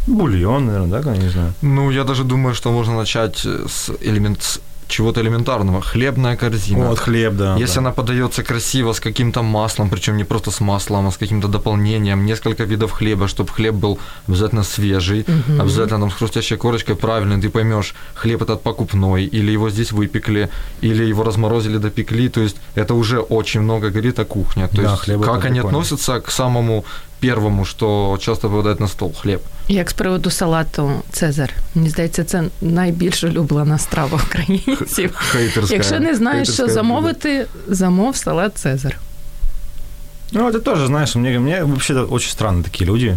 [SPEAKER 3] Бульон, наверное, да, я не знаю.
[SPEAKER 2] Ну, я даже думаю, что можно начать с, элемент, с чего-то элементарного. Хлебная корзина.
[SPEAKER 3] Вот хлеб, да.
[SPEAKER 2] Если
[SPEAKER 3] А, да.
[SPEAKER 2] она подается красиво с каким-то маслом, причем не просто с маслом, а с каким-то дополнением, несколько видов хлеба, чтобы хлеб был обязательно свежий,
[SPEAKER 1] Мгм.
[SPEAKER 2] обязательно там с хрустящей корочкой правильный, ты поймешь, хлеб этот покупной, или его здесь выпекли, или его разморозили, допекли, то есть это уже очень много говорит о кухне. То
[SPEAKER 3] Да,
[SPEAKER 2] есть
[SPEAKER 3] хлеб это
[SPEAKER 2] как они
[SPEAKER 3] прикольно.
[SPEAKER 2] относятся к самому первому, что часто попадает на стол, хлеб.
[SPEAKER 1] Як з приводу салату Цезар. Мені здається, це найбільш улюблена страва українців.
[SPEAKER 2] Хейтерская.
[SPEAKER 1] Якщо не знаєш, що
[SPEAKER 2] хейтерская блюдо.
[SPEAKER 1] замовити, замов салат Цезар.
[SPEAKER 3] Ну, это тоже, знаешь, мне, мне вообще очень странно такие люди.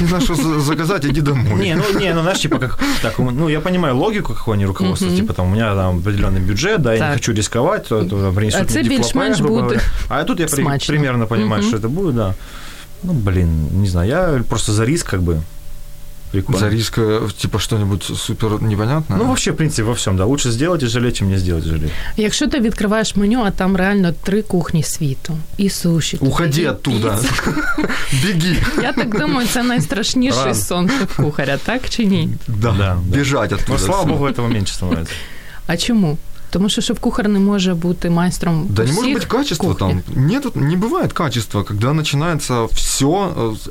[SPEAKER 2] Не знаю, что за- заказать, иди домой.
[SPEAKER 3] Не, ну, не, ну, знаешь, типа, как, так, ну, я понимаю логику, какую они руководствуются,
[SPEAKER 1] Мгм.
[SPEAKER 3] типа, там, у меня там определенный бюджет, да, я
[SPEAKER 1] Так.
[SPEAKER 3] не хочу рисковать, то, то принесут
[SPEAKER 1] А це
[SPEAKER 3] мне
[SPEAKER 1] більш-менш
[SPEAKER 3] діфлопе, грубо
[SPEAKER 1] буде
[SPEAKER 3] говоря. А тут я при-
[SPEAKER 1] смачно.
[SPEAKER 3] примерно понимаю,
[SPEAKER 1] Мгм.
[SPEAKER 3] что это будет, да. Ну, блин, не знаю, я просто за риск, как бы, прикольно.
[SPEAKER 2] За риск, э, типа, что-нибудь супер непонятное?
[SPEAKER 3] Ну, вообще, в принципе, во всем, да, лучше сделать и жалеть, чем не сделать и жалеть.
[SPEAKER 1] Якщо ти відкриваєш меню, а там реально три кухні світу і суші. тут,
[SPEAKER 2] Уходи
[SPEAKER 1] і
[SPEAKER 2] оттуда.
[SPEAKER 1] піца.
[SPEAKER 2] Беги.
[SPEAKER 1] Я так думаю, це найстрашніший
[SPEAKER 3] Ран.
[SPEAKER 1] сон кухаря, так чи ні?
[SPEAKER 3] Да, да.
[SPEAKER 2] Бежать оттуда.
[SPEAKER 3] Но, слава
[SPEAKER 2] отсюда.
[SPEAKER 3] богу, этого меньше становится.
[SPEAKER 1] А чому? Тому що шеф-кухар не може бути майстром.
[SPEAKER 2] Да
[SPEAKER 1] у
[SPEAKER 2] не
[SPEAKER 1] всіх
[SPEAKER 2] может быть качества
[SPEAKER 1] кухнях.
[SPEAKER 2] там. Нет, не бывает качества, когда начинается все.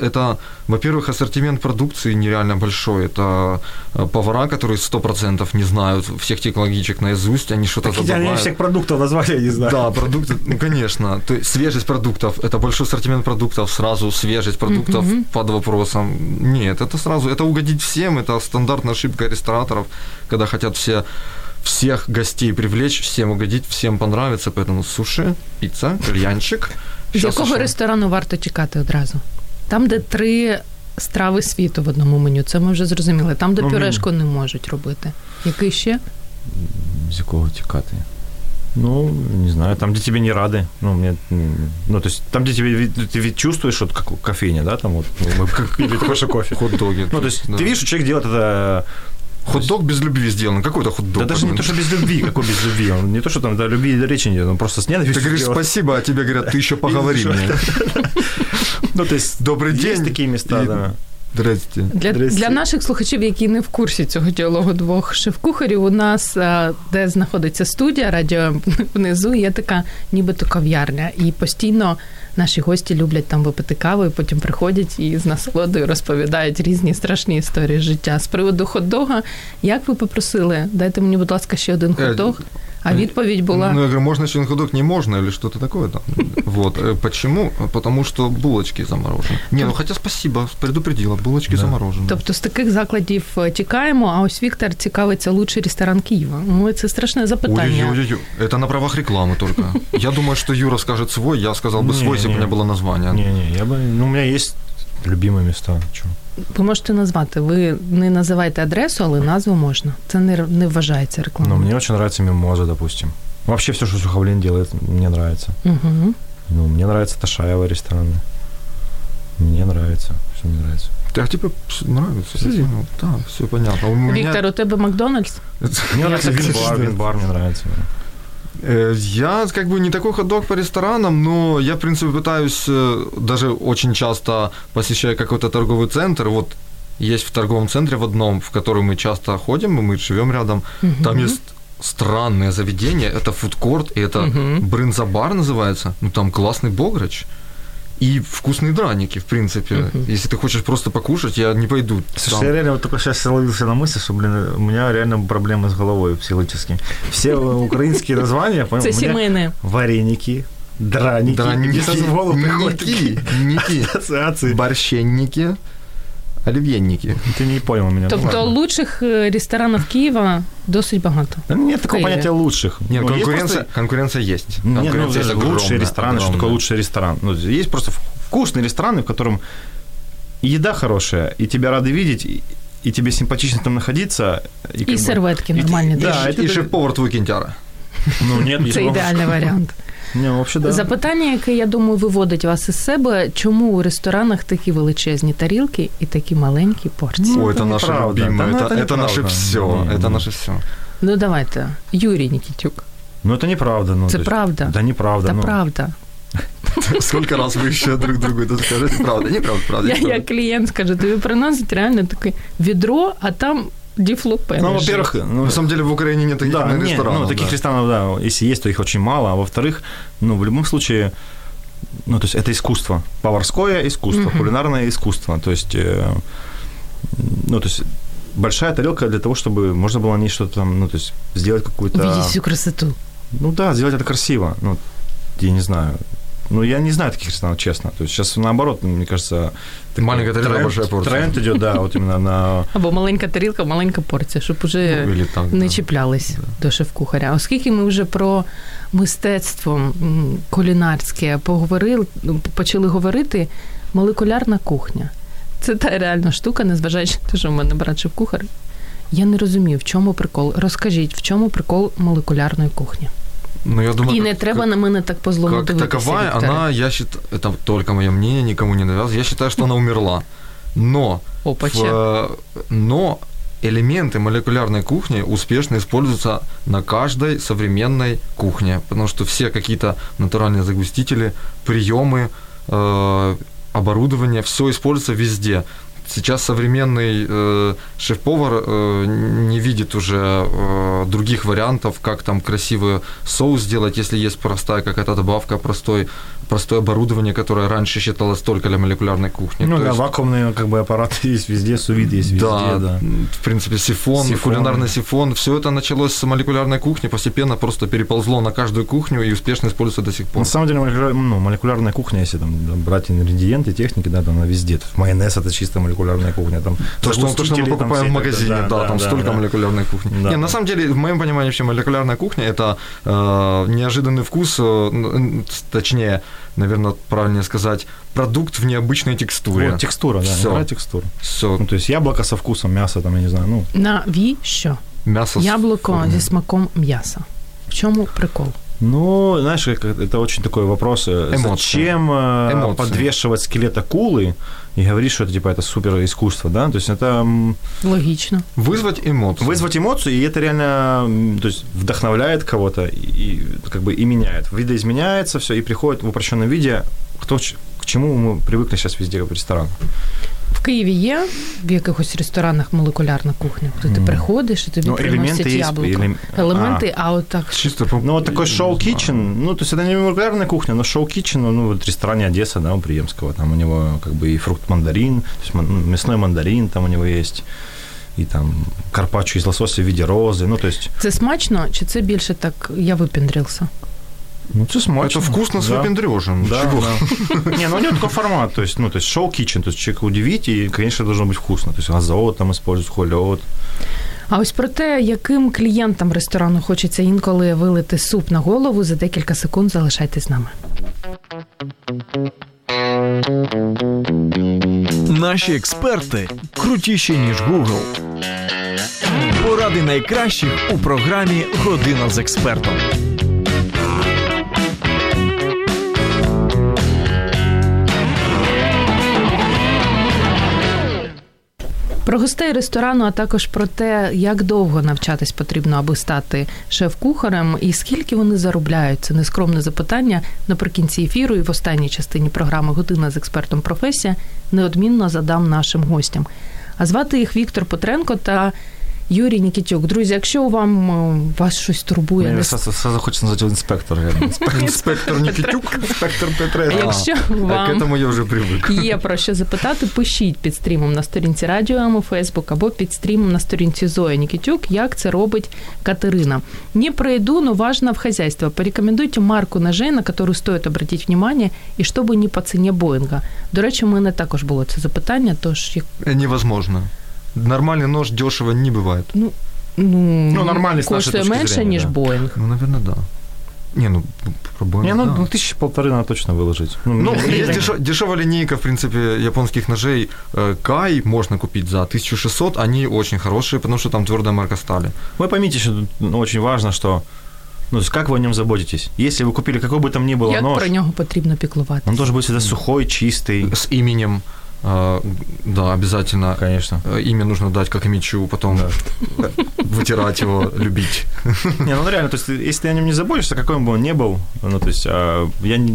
[SPEAKER 2] Это, во-первых, ассортимент продукции нереально большой. Это э, повара, которые 100% не знают всех технологичек наизусть, они что-то
[SPEAKER 3] Они
[SPEAKER 2] забывают.
[SPEAKER 3] всех продуктов назвали, я не знаю.
[SPEAKER 2] Да, продукты, ну, конечно. То есть свежесть продуктов, это большой ассортимент продуктов, сразу свежесть продуктов
[SPEAKER 1] Мгм.
[SPEAKER 2] под вопросом. Нет, это сразу, это угодить всем, это стандартная ошибка рестораторов, когда хотят все всех гостей привлечь, всем угодить, всем понравится, поэтому суши, пицца, кальянчик.
[SPEAKER 1] З
[SPEAKER 2] Щас
[SPEAKER 1] якого
[SPEAKER 2] еще.
[SPEAKER 1] ресторану варто чекати одразу? Там, де три страви світу в одному меню, це ми вже зрозуміли. Там, де
[SPEAKER 3] Ну,
[SPEAKER 1] пюрешку не можуть робити. Який ще?
[SPEAKER 3] З якого тікати? Ну, не знаю, там, де тебе не рады. Ну, мне, м, ну то есть, там, где тебе від- ты ведь чувствуешь, вот как кофейня, да, там вот, ну, мы как пили такой же кофе.
[SPEAKER 2] Хот-доги.
[SPEAKER 3] Ну, то есть,
[SPEAKER 2] Да.
[SPEAKER 3] ты видишь, что человек делает это...
[SPEAKER 2] Хот-дог без любви сделан. Какой то хот-дог?
[SPEAKER 3] Да даже не то, что без любви, какой без любви. Он не то, что там до любви до речи нет, он просто с
[SPEAKER 2] Ты
[SPEAKER 3] ненавистью
[SPEAKER 2] говоришь
[SPEAKER 3] делает.
[SPEAKER 2] спасибо, а тебе говорят, ты еще поговори
[SPEAKER 3] Извини,
[SPEAKER 2] мне.
[SPEAKER 3] Ну, то есть,
[SPEAKER 2] Добрый
[SPEAKER 3] есть
[SPEAKER 2] день.
[SPEAKER 3] такие места,
[SPEAKER 2] И-
[SPEAKER 3] да.
[SPEAKER 2] Здрасте.
[SPEAKER 1] Для,
[SPEAKER 3] Десь-
[SPEAKER 1] для наших слухачів, які не в курсі цього діалогу двох шеф-кухарів, у нас, е, де знаходиться студія радіо внизу, є така нібито кав'ярня. І постійно наші гості люблять там випити каву, і потім приходять і з насолодою розповідають різні страшні історії життя. З приводу хот-дога, як ви попросили, дайте мені, будь ласка, ще один
[SPEAKER 2] Е,
[SPEAKER 1] хот-дог. А
[SPEAKER 2] е,
[SPEAKER 1] відповідь була.
[SPEAKER 2] Ну, я говорю, можно еще на ходок, не можно, или что-то такое там. Вот. Э, Почему? Потому что булочки заморожены. Не, ну хотя спасибо, предупредила, булочки
[SPEAKER 3] Да.
[SPEAKER 2] заморожены.
[SPEAKER 1] Тобто з таких закладів е, тікаємо, а ось Віктор цікавиться лучший ресторан Києва. Ну, це страшне запитання.
[SPEAKER 2] Ой-ой-ой, это на правах рекламы только. Я думаю, что Юра скажет свой, я сказал бы
[SPEAKER 3] Не,
[SPEAKER 2] свой, если бы у
[SPEAKER 3] не.
[SPEAKER 2] меня было название.
[SPEAKER 3] Не-не, я бы... Ну, у меня есть любимые места. чё.
[SPEAKER 1] Ви можете назвати. Ви не називаєте адресу, але назву можна. Це не, не вважається
[SPEAKER 3] Но
[SPEAKER 1] рекламою.
[SPEAKER 3] мне очень нравится мимоза, допустим. Вообще все, что Суховлин делает, мне нравится.
[SPEAKER 1] Угу.
[SPEAKER 3] Ну, мне нравится Ташаева рестораны. Мне нравится. Все мне нравится.
[SPEAKER 2] А тебе нравится? я понял. Да, все понятно. А У меня-
[SPEAKER 1] Віктор, у тебе Макдональдс?
[SPEAKER 3] Мне нравится
[SPEAKER 2] так
[SPEAKER 3] Винбар.
[SPEAKER 2] чувствую.
[SPEAKER 3] Винбар мне нравится.
[SPEAKER 2] Э, Я как бы не такой ходок по ресторанам, но я, в принципе, пытаюсь, э, даже очень часто посещаю какой-то торговый центр, вот есть в торговом центре в одном, в который мы часто ходим, и мы живем рядом, там есть странное заведение, это фудкорт, и это
[SPEAKER 1] Мгм.
[SPEAKER 2] брынза-бар называется, ну там классный бограч, и вкусные драники, в принципе.
[SPEAKER 1] Мгм.
[SPEAKER 2] Если ты хочешь просто покушать, я не пойду.
[SPEAKER 3] Слушай,
[SPEAKER 2] там.
[SPEAKER 3] я реально вот только сейчас ловился на мысли, что, блин, у меня реально проблемы с головой психологически. Все э, украинские названия, понял?
[SPEAKER 1] Це
[SPEAKER 3] у меня
[SPEAKER 1] сімейне.
[SPEAKER 3] Вареники, драники.
[SPEAKER 2] Драники,
[SPEAKER 3] Мне сразу в голову приходят
[SPEAKER 2] ники,
[SPEAKER 3] такие
[SPEAKER 2] ники,
[SPEAKER 3] ассоциации.
[SPEAKER 2] борщенники, оливьенники.
[SPEAKER 3] Ты не понял меня. ну
[SPEAKER 1] Тобто
[SPEAKER 3] ладно.
[SPEAKER 1] лучших е, ресторанів Києва досить багато.
[SPEAKER 3] Да Нет такого
[SPEAKER 1] Киеве.
[SPEAKER 3] понятия лучших.
[SPEAKER 2] Нет,
[SPEAKER 3] Ну, есть
[SPEAKER 2] конкуренция,
[SPEAKER 3] просто-
[SPEAKER 2] конкуренция есть.
[SPEAKER 3] Не, ну,
[SPEAKER 2] Конкуренция
[SPEAKER 3] даже
[SPEAKER 2] есть
[SPEAKER 3] лучшие
[SPEAKER 2] огромная,
[SPEAKER 3] рестораны, что такое
[SPEAKER 2] огромная.
[SPEAKER 3] лучший ресторан? Ну, есть просто в- вкусные рестораны, в котором еда хорошая, и тебя рады видеть, и, и тебе симпатично там находиться. И, как
[SPEAKER 1] І
[SPEAKER 3] бы-
[SPEAKER 1] серветки
[SPEAKER 3] і-
[SPEAKER 1] нормальні.
[SPEAKER 3] і-
[SPEAKER 1] да.
[SPEAKER 3] Да,
[SPEAKER 2] И,
[SPEAKER 3] это
[SPEAKER 2] и
[SPEAKER 3] даже-
[SPEAKER 2] шеф-повар твой кентяра.
[SPEAKER 3] Ну, нет, есть
[SPEAKER 1] Це
[SPEAKER 3] много-
[SPEAKER 1] ідеальний варіант.
[SPEAKER 3] Не, вообще, да.
[SPEAKER 1] Запитання, яке я думаю, виводить вас із себе, чому у ресторанах такі величезні тарілки і такі маленькі порції?
[SPEAKER 3] Ну,
[SPEAKER 2] Ой,
[SPEAKER 3] это
[SPEAKER 2] это наше
[SPEAKER 3] неправда. Да
[SPEAKER 2] любимое,
[SPEAKER 3] ну,
[SPEAKER 2] это,
[SPEAKER 3] это
[SPEAKER 2] это, наше
[SPEAKER 3] неправда. ну.
[SPEAKER 2] все,
[SPEAKER 3] Не,
[SPEAKER 2] это
[SPEAKER 3] не.
[SPEAKER 2] наше все.
[SPEAKER 1] Ну давайте, Юрій Нікітюк.
[SPEAKER 3] Ну, это неправда. Ну,
[SPEAKER 1] Це
[SPEAKER 3] то есть-
[SPEAKER 1] правда.
[SPEAKER 3] Да неправда.
[SPEAKER 1] Та
[SPEAKER 3] ну.
[SPEAKER 1] правда.
[SPEAKER 2] Сколько раз вы еще друг другу это скажете? Правда, неправда, правда.
[SPEAKER 1] Я, я
[SPEAKER 2] неправда.
[SPEAKER 1] клієнт скажу, тобі приносить реально таке відро, а там діфлопен.
[SPEAKER 3] Ну, во-первых, ну,
[SPEAKER 2] На самом деле в Украине нет таких
[SPEAKER 3] да,
[SPEAKER 2] наверное,
[SPEAKER 3] не,
[SPEAKER 2] ресторанов.
[SPEAKER 3] ну, таких
[SPEAKER 2] да.
[SPEAKER 3] ресторанов, да, если есть, то их очень мало. А во-вторых, ну, в любом случае, ну, то есть это искусство. Поварское искусство,
[SPEAKER 1] Мгм.
[SPEAKER 3] кулинарное искусство. То есть, э, ну, то есть большая тарелка для того, чтобы можно было на ней что-то там, ну, то есть сделать какую-то...
[SPEAKER 1] Увидіть всю красоту.
[SPEAKER 3] Ну да, сделать это красиво. Ну, я не знаю. Ну, я не знаю таких ресторанов, честно. То есть сейчас наоборот, ну, мне кажется... такой
[SPEAKER 2] Маленькая тарелка, большая порция.
[SPEAKER 3] Тренд идет, да, вот именно на...
[SPEAKER 1] Або маленька тарілка, маленька порція, щоб уже
[SPEAKER 2] Ну, или там,
[SPEAKER 1] не
[SPEAKER 2] да.
[SPEAKER 1] чіплялись до шеф-кухаря. Оскільки ми вже про мистецтво м, кулінарське поговорили, ну, почали говорити, молекулярна кухня. Це та реальна штука, незважаючи на те, що в мене брат шеф-кухар. Я не розумію, в чому прикол. Розкажіть, в чому прикол молекулярної кухні?
[SPEAKER 2] Ну, я думаю,
[SPEAKER 1] І не
[SPEAKER 2] как-
[SPEAKER 1] треба на мене так по-злому
[SPEAKER 2] Как
[SPEAKER 1] дивитися.
[SPEAKER 2] таковая,
[SPEAKER 1] Вікторе.
[SPEAKER 2] она, я считаю, это только мое мнение, никому не навязываю, я считаю, что она умерла. Но, в,
[SPEAKER 1] Опаче.
[SPEAKER 2] э, но элементы молекулярной кухни успешно используются на каждой современной кухне, потому что все какие-то натуральные загустители, приемы, э, оборудование, все используется везде. Сейчас современный э, шеф-повар э, не видит уже э, других вариантов, как там красивый соус сделать, если есть простая какая-то добавка, простой, простое оборудование, которое раньше считалось только для молекулярной кухни.
[SPEAKER 3] Ну
[SPEAKER 2] То
[SPEAKER 3] да,
[SPEAKER 2] есть-
[SPEAKER 3] вакуумные как бы аппараты есть везде, сувид есть везде,
[SPEAKER 2] да,
[SPEAKER 3] да.
[SPEAKER 2] в принципе, сифон,
[SPEAKER 3] Сифоны.
[SPEAKER 2] кулинарный сифон. Все это началось с молекулярной кухни, постепенно просто переползло на каждую кухню и успешно используется до сих пор.
[SPEAKER 3] На самом деле молекуляр- ну, молекулярная кухня, если там да, брать ингредиенты, техники, да, там она везде. То есть майонез это чисто молекулярная кухня. Там,
[SPEAKER 2] То, что, то, что мы
[SPEAKER 3] загустители, там
[SPEAKER 2] покупаем
[SPEAKER 3] все
[SPEAKER 2] в
[SPEAKER 3] это,
[SPEAKER 2] магазине, да, там столько
[SPEAKER 3] да.
[SPEAKER 2] молекулярной кухни.
[SPEAKER 3] Да.
[SPEAKER 2] Не, на самом деле, в моем понимании, вообще молекулярная кухня это э, неожиданный вкус, э, н- точнее, наверное, правильнее сказать, продукт в необычной текстуре.
[SPEAKER 3] Вот, текстура, да,
[SPEAKER 2] Всё.
[SPEAKER 3] игра текстура.
[SPEAKER 2] Все,
[SPEAKER 3] Ну, то есть яблоко со вкусом мяса, там, я не знаю, ну,
[SPEAKER 1] Навіщо?
[SPEAKER 2] мясо. с
[SPEAKER 1] Яблуко
[SPEAKER 2] формой.
[SPEAKER 1] зі смаком м'яса. В чому прикол?
[SPEAKER 3] Ну, знаешь, как это это очень такой вопрос. э,
[SPEAKER 2] Эмоции.
[SPEAKER 3] Зачем э,
[SPEAKER 2] Эмоции.
[SPEAKER 3] подвешивать скелет акулы и говорить, что это типа это супер искусство, да? То есть это м,
[SPEAKER 1] Логічно.
[SPEAKER 2] Вызвать эмоции.
[SPEAKER 3] вызвать эмоцию, и это реально м, то есть вдохновляет кого-то и, и как бы и меняет. Видоизменяется все и приходит в упрощенном виде кто, ч- к чему мы привыкли сейчас везде в ресторанах.
[SPEAKER 1] В Києві є в якихось ресторанах молекулярна кухня, куди ти
[SPEAKER 3] М.
[SPEAKER 1] приходиш і тобі
[SPEAKER 3] Ну,
[SPEAKER 1] приносять
[SPEAKER 3] елементи є,
[SPEAKER 1] яблуко.
[SPEAKER 3] елем-
[SPEAKER 1] Елементи, а, от так.
[SPEAKER 2] Чисто по-
[SPEAKER 3] Ну, вот такой шоу кичен ну, то есть это не молекулярная кухня, но шоу кичен ну, вот в ресторане Одесса, да, у Приемского, там у него как бы и фрукт-мандарин, то есть ман- ну, мясной мандарин там у него есть, и там карпаччо из лосося в виде розы, ну, то есть,
[SPEAKER 1] Це смачно, чи це більше так я випіндрился?
[SPEAKER 3] ну, это
[SPEAKER 2] Это
[SPEAKER 3] смачно.
[SPEAKER 2] вкусно с
[SPEAKER 3] да.
[SPEAKER 2] выпендрежем.
[SPEAKER 3] Да,
[SPEAKER 2] Чего?
[SPEAKER 3] да. Не, ну у него такой формат, то есть, ну, то есть шоу кичен то есть человек удивить, и, конечно, должно быть вкусно, то есть азот там используют, холиот.
[SPEAKER 1] А ось про те, яким клієнтам ресторану хочеться інколи вилити суп на голову, за декілька секунд залишайтесь з нами.
[SPEAKER 4] Наші експерти крутіші, ніж Google. Поради найкращих у програмі Година з експертом.
[SPEAKER 1] Про гостей ресторану, а також про те, як довго навчатись потрібно, аби стати шеф-кухарем, і скільки вони заробляють. Це нескромне запитання наприкінці ефіру і в останній частині програми Година з експертом професія неодмінно задам нашим гостям. А звати їх Віктор Петренко та Юрій Нікітюк. Друзі, якщо вам е, вас щось турбує,
[SPEAKER 3] Мне
[SPEAKER 1] не
[SPEAKER 3] сразу сразу хочется назвать его инспектор, реально.
[SPEAKER 2] Инспектор Никитюк.
[SPEAKER 3] Инспектор
[SPEAKER 2] Е,
[SPEAKER 3] Петренко.
[SPEAKER 1] А якщо
[SPEAKER 2] А,
[SPEAKER 1] вам
[SPEAKER 2] К этому я уже привык.
[SPEAKER 1] Є про що запитати, пишіть під стрімом на сторінці радіо М у Фейсбук або під стрімом на сторінці Зоя Нікітюк, як це робить Катерина. Не пройду, но важно в хозяйство. Порекомендуйте марку ножей, на которую стоит обратить внимание, і що би не по ціні Боїнга. До речі, у мене також було це запитання, тож як-
[SPEAKER 2] Э, Невозможно. Нормальный нож дешево не бывает.
[SPEAKER 1] ну,
[SPEAKER 3] Ну, нормальний з нашої
[SPEAKER 1] коштує
[SPEAKER 3] точки
[SPEAKER 1] менше,
[SPEAKER 3] зрення,
[SPEAKER 1] ніж
[SPEAKER 3] да.
[SPEAKER 1] Боїнг.
[SPEAKER 2] Ну, наверное, да. Не, ну, пробуем.
[SPEAKER 3] Не, ну,
[SPEAKER 2] да.
[SPEAKER 3] ну тысячи полторы надо точно выложить.
[SPEAKER 2] Ну,
[SPEAKER 3] мне-
[SPEAKER 2] есть
[SPEAKER 3] мне-
[SPEAKER 2] дешев- дешевая линейка, в принципе, японских ножей. Э, Кай можно купить за 1600, они очень хорошие, потому что там твердая марка стали.
[SPEAKER 3] Вы поймите, что тут, ну, очень важно, что... Ну, то есть как вы о нем заботитесь? Если вы купили какой бы там ни было
[SPEAKER 1] Як
[SPEAKER 3] нож, Ну,
[SPEAKER 1] про нього потрібно
[SPEAKER 3] он
[SPEAKER 1] піклуватися?
[SPEAKER 3] должен быть всегда сухой, чистый.
[SPEAKER 2] С именем, э, да, обязательно.
[SPEAKER 3] Конечно.
[SPEAKER 2] Э, Имя нужно дать, как и мечу, потом
[SPEAKER 3] Да.
[SPEAKER 2] вытирать его, любить.
[SPEAKER 3] Не, ну реально, то есть если ты о нем не заботишься, какой бы он ни был, ну, то есть а, я не...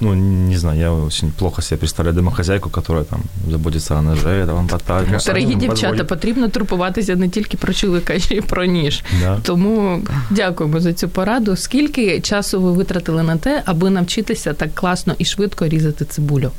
[SPEAKER 3] ну, не знаю, я очень плохо себе представляю домохозяйку, которая там заботится о ноже, там, батаре. ну,
[SPEAKER 1] Дорогі
[SPEAKER 3] сам
[SPEAKER 1] дівчата,
[SPEAKER 3] позволит.
[SPEAKER 1] потрібно турбуватися не тільки про чоловіка, ще й про ніж.
[SPEAKER 3] Да.
[SPEAKER 1] Тому дякуємо за цю пораду. Скільки часу ви витратили на те, аби навчитися так класно і швидко різати цибулю?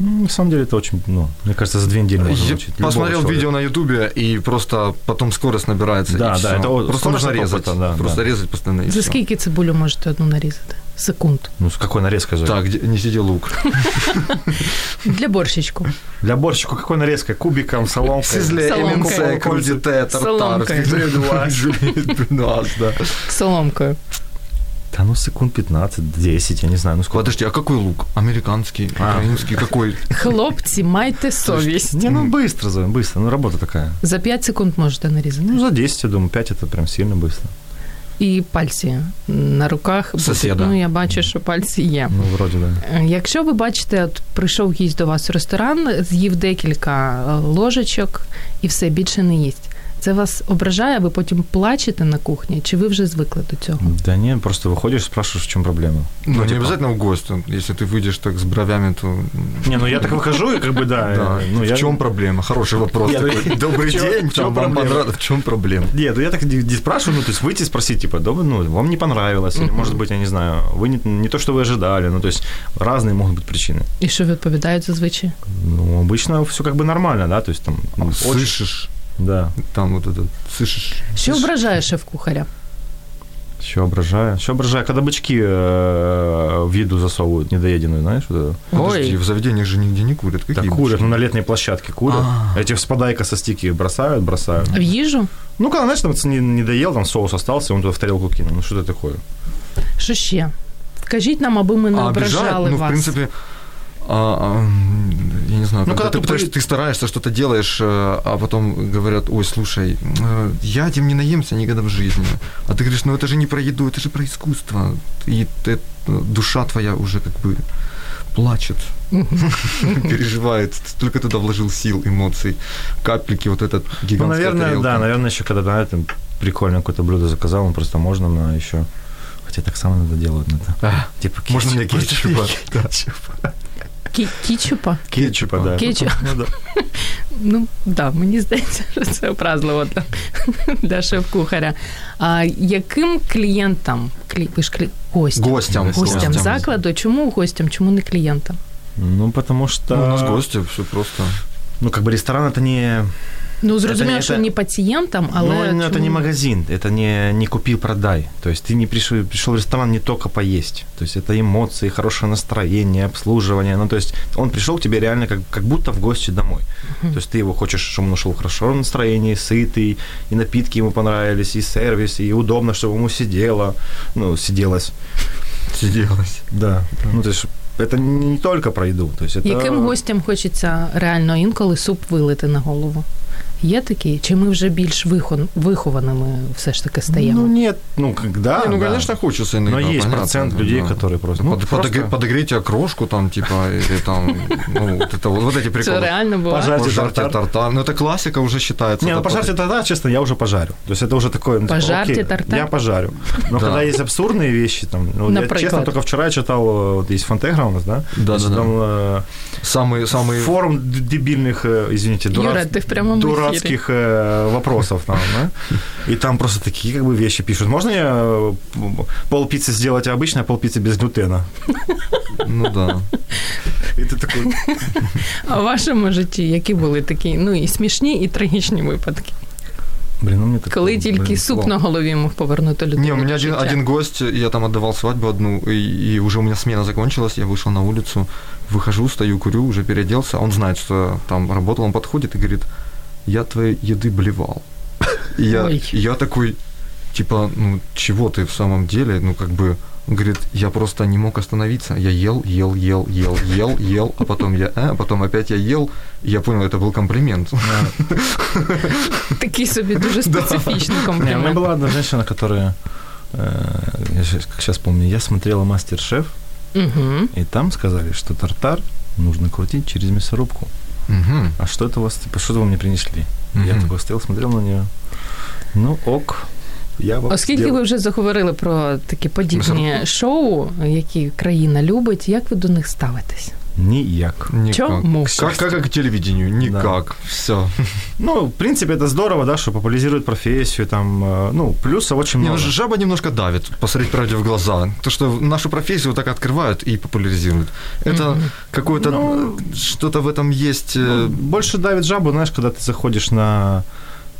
[SPEAKER 3] Ну, на самом деле это очень, ну, мне кажется, за две недели можно
[SPEAKER 2] Я
[SPEAKER 3] научить любого
[SPEAKER 2] посмотрел
[SPEAKER 3] человека.
[SPEAKER 2] видео на Ютубе, и просто потом скорость набирается.
[SPEAKER 3] Да,
[SPEAKER 2] и
[SPEAKER 3] да,
[SPEAKER 2] всё.
[SPEAKER 3] это вот
[SPEAKER 2] просто
[SPEAKER 3] скорость
[SPEAKER 2] нужно
[SPEAKER 3] от
[SPEAKER 2] резать.
[SPEAKER 3] опыта, да,
[SPEAKER 2] просто
[SPEAKER 3] да.
[SPEAKER 2] резать постоянно. и
[SPEAKER 1] За
[SPEAKER 2] всё.
[SPEAKER 1] скільки цибулю можете одну нарізати? Секунд.
[SPEAKER 3] Ну, с какой нарезкой же?
[SPEAKER 2] Так, где- несите лук.
[SPEAKER 1] Для борщичку.
[SPEAKER 3] Для борщику какой нарезкой? Кубиком, соломкой?
[SPEAKER 2] Сизле,
[SPEAKER 1] Соломкой.
[SPEAKER 2] эминце, крудите, тартар.
[SPEAKER 1] Соломкой.
[SPEAKER 2] Нас, да.
[SPEAKER 1] Соломкою.
[SPEAKER 3] Да ну, секунд 15-10, я не знаю, ну сколько.
[SPEAKER 2] Подожди, а какой лук? Американский,
[SPEAKER 3] А.
[SPEAKER 2] украинский, какой?
[SPEAKER 1] Хлопці, майте совість.
[SPEAKER 3] Не, ну быстро, Зоя, быстро, ну работа такая.
[SPEAKER 1] За 5 секунд можете нарізати.
[SPEAKER 3] Ну, за 10, я думаю, 5 это прям сильно быстро.
[SPEAKER 1] І пальці на руках. будуть.
[SPEAKER 2] Сусіда.
[SPEAKER 1] Ну, я бачу, що пальці є.
[SPEAKER 3] Ну, вроде да.
[SPEAKER 1] Е, Якщо ви бачите, от прийшов гість до вас у ресторан, з'їв декілька е, ложечок і все більше не їсть. Це вас ображає, а ви потім плачете на кухні, чи ви вже звикли до цього?
[SPEAKER 3] Да не, просто выходишь, спрашиваешь, в чем проблема.
[SPEAKER 2] Ну, не
[SPEAKER 3] типа-
[SPEAKER 2] обязательно в гости. Если ты выйдешь так с бровями, то...
[SPEAKER 3] Не, ну я так выхожу, и как бы да.
[SPEAKER 2] Да.
[SPEAKER 3] э, ну,
[SPEAKER 2] в
[SPEAKER 3] я...
[SPEAKER 2] чем проблема? Хороший вопрос.
[SPEAKER 3] Я-
[SPEAKER 2] такой. Добрый
[SPEAKER 3] В чём-
[SPEAKER 2] день,
[SPEAKER 3] в чём
[SPEAKER 2] там вам
[SPEAKER 3] проблема?
[SPEAKER 2] понравилось? В чем проблема?
[SPEAKER 3] Нет, ну я так не не спрашиваю, ну, то есть выйти и спросить, типа, да, вы, ну, вам не понравилось, или, может быть, я не знаю, вы не, не то, что вы ожидали, ну, то есть разные могут быть причины.
[SPEAKER 1] І що відповідають зазвичай?
[SPEAKER 3] Ну, обычно все как бы нормально, да, то есть там... ну, очень-
[SPEAKER 2] Слышишь?
[SPEAKER 3] Да.
[SPEAKER 2] Там вот это, слышишь?
[SPEAKER 1] Що ображає шеф-кухаря?
[SPEAKER 3] Еще ображаю. Еще ображаю, когда бычки э, в еду засовывают недоеденную, знаешь, вот это.
[SPEAKER 2] Подожди, Ну, в заведениях же нигде не курят.
[SPEAKER 3] Да
[SPEAKER 2] Какие
[SPEAKER 3] курят, ну на летней площадке курят.
[SPEAKER 2] А.
[SPEAKER 3] Эти спадайка со стики бросают, бросают.
[SPEAKER 1] В їжу?
[SPEAKER 3] Ну, когда, знаешь, там ц- не, не доел, там соус остался, он туда в тарелку кинул. Ну, что это такое?
[SPEAKER 1] Що ще? Кажіть нам, аби ми не
[SPEAKER 2] А
[SPEAKER 1] ображали
[SPEAKER 2] обижают? Ну, в
[SPEAKER 1] вас.
[SPEAKER 2] принципе, а, а, м, я не знаю,
[SPEAKER 3] Ну,
[SPEAKER 2] когда,
[SPEAKER 3] когда
[SPEAKER 2] ты,
[SPEAKER 3] ты
[SPEAKER 2] потому
[SPEAKER 3] при-
[SPEAKER 2] что ты стараешься, что-то делаешь, э, а потом говорят, ой, слушай, э, я этим не наемся никогда в жизни. А ты говоришь, ну это же не про еду, это же про искусство. И ты- душа твоя уже как бы плачет, переживает. Столько туда вложил сил, эмоций, капельки, вот этот гигантский
[SPEAKER 3] Ну, наверное, да, наверное, еще когда, да, там прикольно какое-то блюдо заказал, он просто можно на еще... Хотя так само надо делать, надо. Типа
[SPEAKER 2] А. Можно мне
[SPEAKER 3] кетчуп?
[SPEAKER 2] кетчупа?
[SPEAKER 1] Кі- Кічупа?
[SPEAKER 3] Кетчупа, да.
[SPEAKER 1] Кетчуп.
[SPEAKER 3] Ну, да.
[SPEAKER 1] Ну да, мені здається, що це образливо для, для шеф-кухаря. А яким клієнтам клі, ви ж клі, гостям,
[SPEAKER 2] Гостям.
[SPEAKER 1] гостям,
[SPEAKER 2] Гостям.
[SPEAKER 1] закладу? Чому гостям? Чому не клієнтам?
[SPEAKER 3] Ну, потому что...
[SPEAKER 2] Ну, у нас гости, все просто.
[SPEAKER 3] Ну, как бы ресторан это не...
[SPEAKER 1] Ну
[SPEAKER 3] Це
[SPEAKER 1] зрозуміло,
[SPEAKER 3] не-
[SPEAKER 1] що
[SPEAKER 3] це-
[SPEAKER 1] не пацієнтам, але
[SPEAKER 3] ну,
[SPEAKER 1] чому?
[SPEAKER 3] это не магазин, это не, не купи-продай. То есть ты не пришел, пришел в ресторан не только поесть. То есть это эмоции, хорошее настроение, обслуживание. Ну, то есть он пришел к тебе реально как, как будто в гости домой. То есть ты его хочешь, чтобы он ушел в хорошем настроении, сытый, и напитки ему понравились, и сервис, и удобно, чтобы ему сидело. Ну, сиделось.
[SPEAKER 2] Сиделось.
[SPEAKER 3] Да. Ну, то есть это не, не только про еду. То есть это...
[SPEAKER 1] яким гостям хочеться реально інколи суп вилити на голову? Є такі? Чи ми вже більш вихон- вихованими все ж таки стаємо?
[SPEAKER 3] Ну, нет, ну, когда...
[SPEAKER 2] Не, ну,
[SPEAKER 3] да.
[SPEAKER 2] конечно, хочется иногда.
[SPEAKER 3] Но есть
[SPEAKER 2] понятно,
[SPEAKER 3] процент
[SPEAKER 2] да.
[SPEAKER 3] людей, которые просто...
[SPEAKER 2] Ну,
[SPEAKER 3] ну,
[SPEAKER 2] под-
[SPEAKER 3] просто-
[SPEAKER 2] подогре- подогрейте окрошку там, типа, или там, ну, вот, это, вот, вот эти
[SPEAKER 1] Це
[SPEAKER 2] приколы.
[SPEAKER 1] реально буває?
[SPEAKER 3] Пожар- Пожарьте
[SPEAKER 2] Пожарьте
[SPEAKER 3] тартар.
[SPEAKER 2] тартар. Ну, это классика уже считается.
[SPEAKER 3] Не, ну
[SPEAKER 2] Это
[SPEAKER 3] пожарьте тогда, честно, я уже пожарю. То есть это уже такое... ну, типа,
[SPEAKER 1] Пожарьте
[SPEAKER 3] окей,
[SPEAKER 1] тартар.
[SPEAKER 3] Я пожарю. Но
[SPEAKER 2] Да.
[SPEAKER 3] когда есть абсурдные вещи, там, ну, я,
[SPEAKER 1] Например.
[SPEAKER 3] честно, только вчера я читал, э, вот есть Фонтегра у нас, да?
[SPEAKER 2] Да,
[SPEAKER 3] Значит,
[SPEAKER 2] да, А да.
[SPEAKER 3] Там э,
[SPEAKER 2] Самые, самые...
[SPEAKER 3] форум д- дебильных, э, извините,
[SPEAKER 1] Юра,
[SPEAKER 3] дурацких
[SPEAKER 1] ты в прямом эфире.
[SPEAKER 3] дурацких э, вопросов там, да? И там просто такие как бы вещи пишут. Можно я э, пол пиццы сделать обычно, а пол пиццы без глютена?
[SPEAKER 2] Ну, да.
[SPEAKER 3] И ты такой,
[SPEAKER 1] А в вашому житті які були такі ну і смішні, і трагічні випадки?
[SPEAKER 3] блин, ну мне так...
[SPEAKER 1] Коли тільки
[SPEAKER 3] блин,
[SPEAKER 1] суп
[SPEAKER 3] плохо.
[SPEAKER 1] на голові мог повернути людину.
[SPEAKER 2] Не, у меня
[SPEAKER 1] до
[SPEAKER 2] один,
[SPEAKER 1] життя.
[SPEAKER 2] один гость, я там отдавал свадьбу одну, и, и уже у меня смена закончилась, я вышел на улицу, выхожу, стою, курю, уже переоделся. Он знает, что там работал, он подходит и говорит, я твоей еды блевал. И я,
[SPEAKER 1] Ой.
[SPEAKER 2] и я такой, типа, ну, чего ты в самом деле, ну, как бы, он говорит, я просто не мог остановиться. Я ел, ел, ел, ел, ел, ел, а потом я, э, а потом опять я ел, и я понял, это был комплимент.
[SPEAKER 1] Такий собі дуже специфічний
[SPEAKER 3] Не, у меня
[SPEAKER 1] комплімент.
[SPEAKER 3] была одна женщина, которая, э, я щас- как сейчас помню, я смотрела «Мастер-шеф»,
[SPEAKER 1] Мгм.
[SPEAKER 3] и там сказали, что тартар нужно крутить через мясорубку.
[SPEAKER 2] Мгм.
[SPEAKER 3] А что это у вас, типа, что это вы мне принесли? Я
[SPEAKER 2] Мгм.
[SPEAKER 3] такой стоял, смотрел на нее. Ну, ок. я вам
[SPEAKER 1] Оскільки
[SPEAKER 3] сделаю.
[SPEAKER 1] ви вже заговорили про такі подібні шоу, які країна любить, як ви до них ставитесь?
[SPEAKER 3] Ніяк.
[SPEAKER 2] Никак.
[SPEAKER 1] Чому?
[SPEAKER 2] Как, как, как к телевидению? Никак. Все.
[SPEAKER 3] Ну, в принципе, это здорово, да, что популяризирует профессию, там, э, ну, плюсов очень
[SPEAKER 2] Не, ну,
[SPEAKER 3] много.
[SPEAKER 2] жаба немножко давит, посмотреть правде в глаза. То, что нашу профессию вот так открывают и популяризируют. Это какое-то...
[SPEAKER 3] Ну,
[SPEAKER 2] что-то в этом есть... э,
[SPEAKER 3] Ну, Больше давит жабу, знаешь, когда ты заходишь на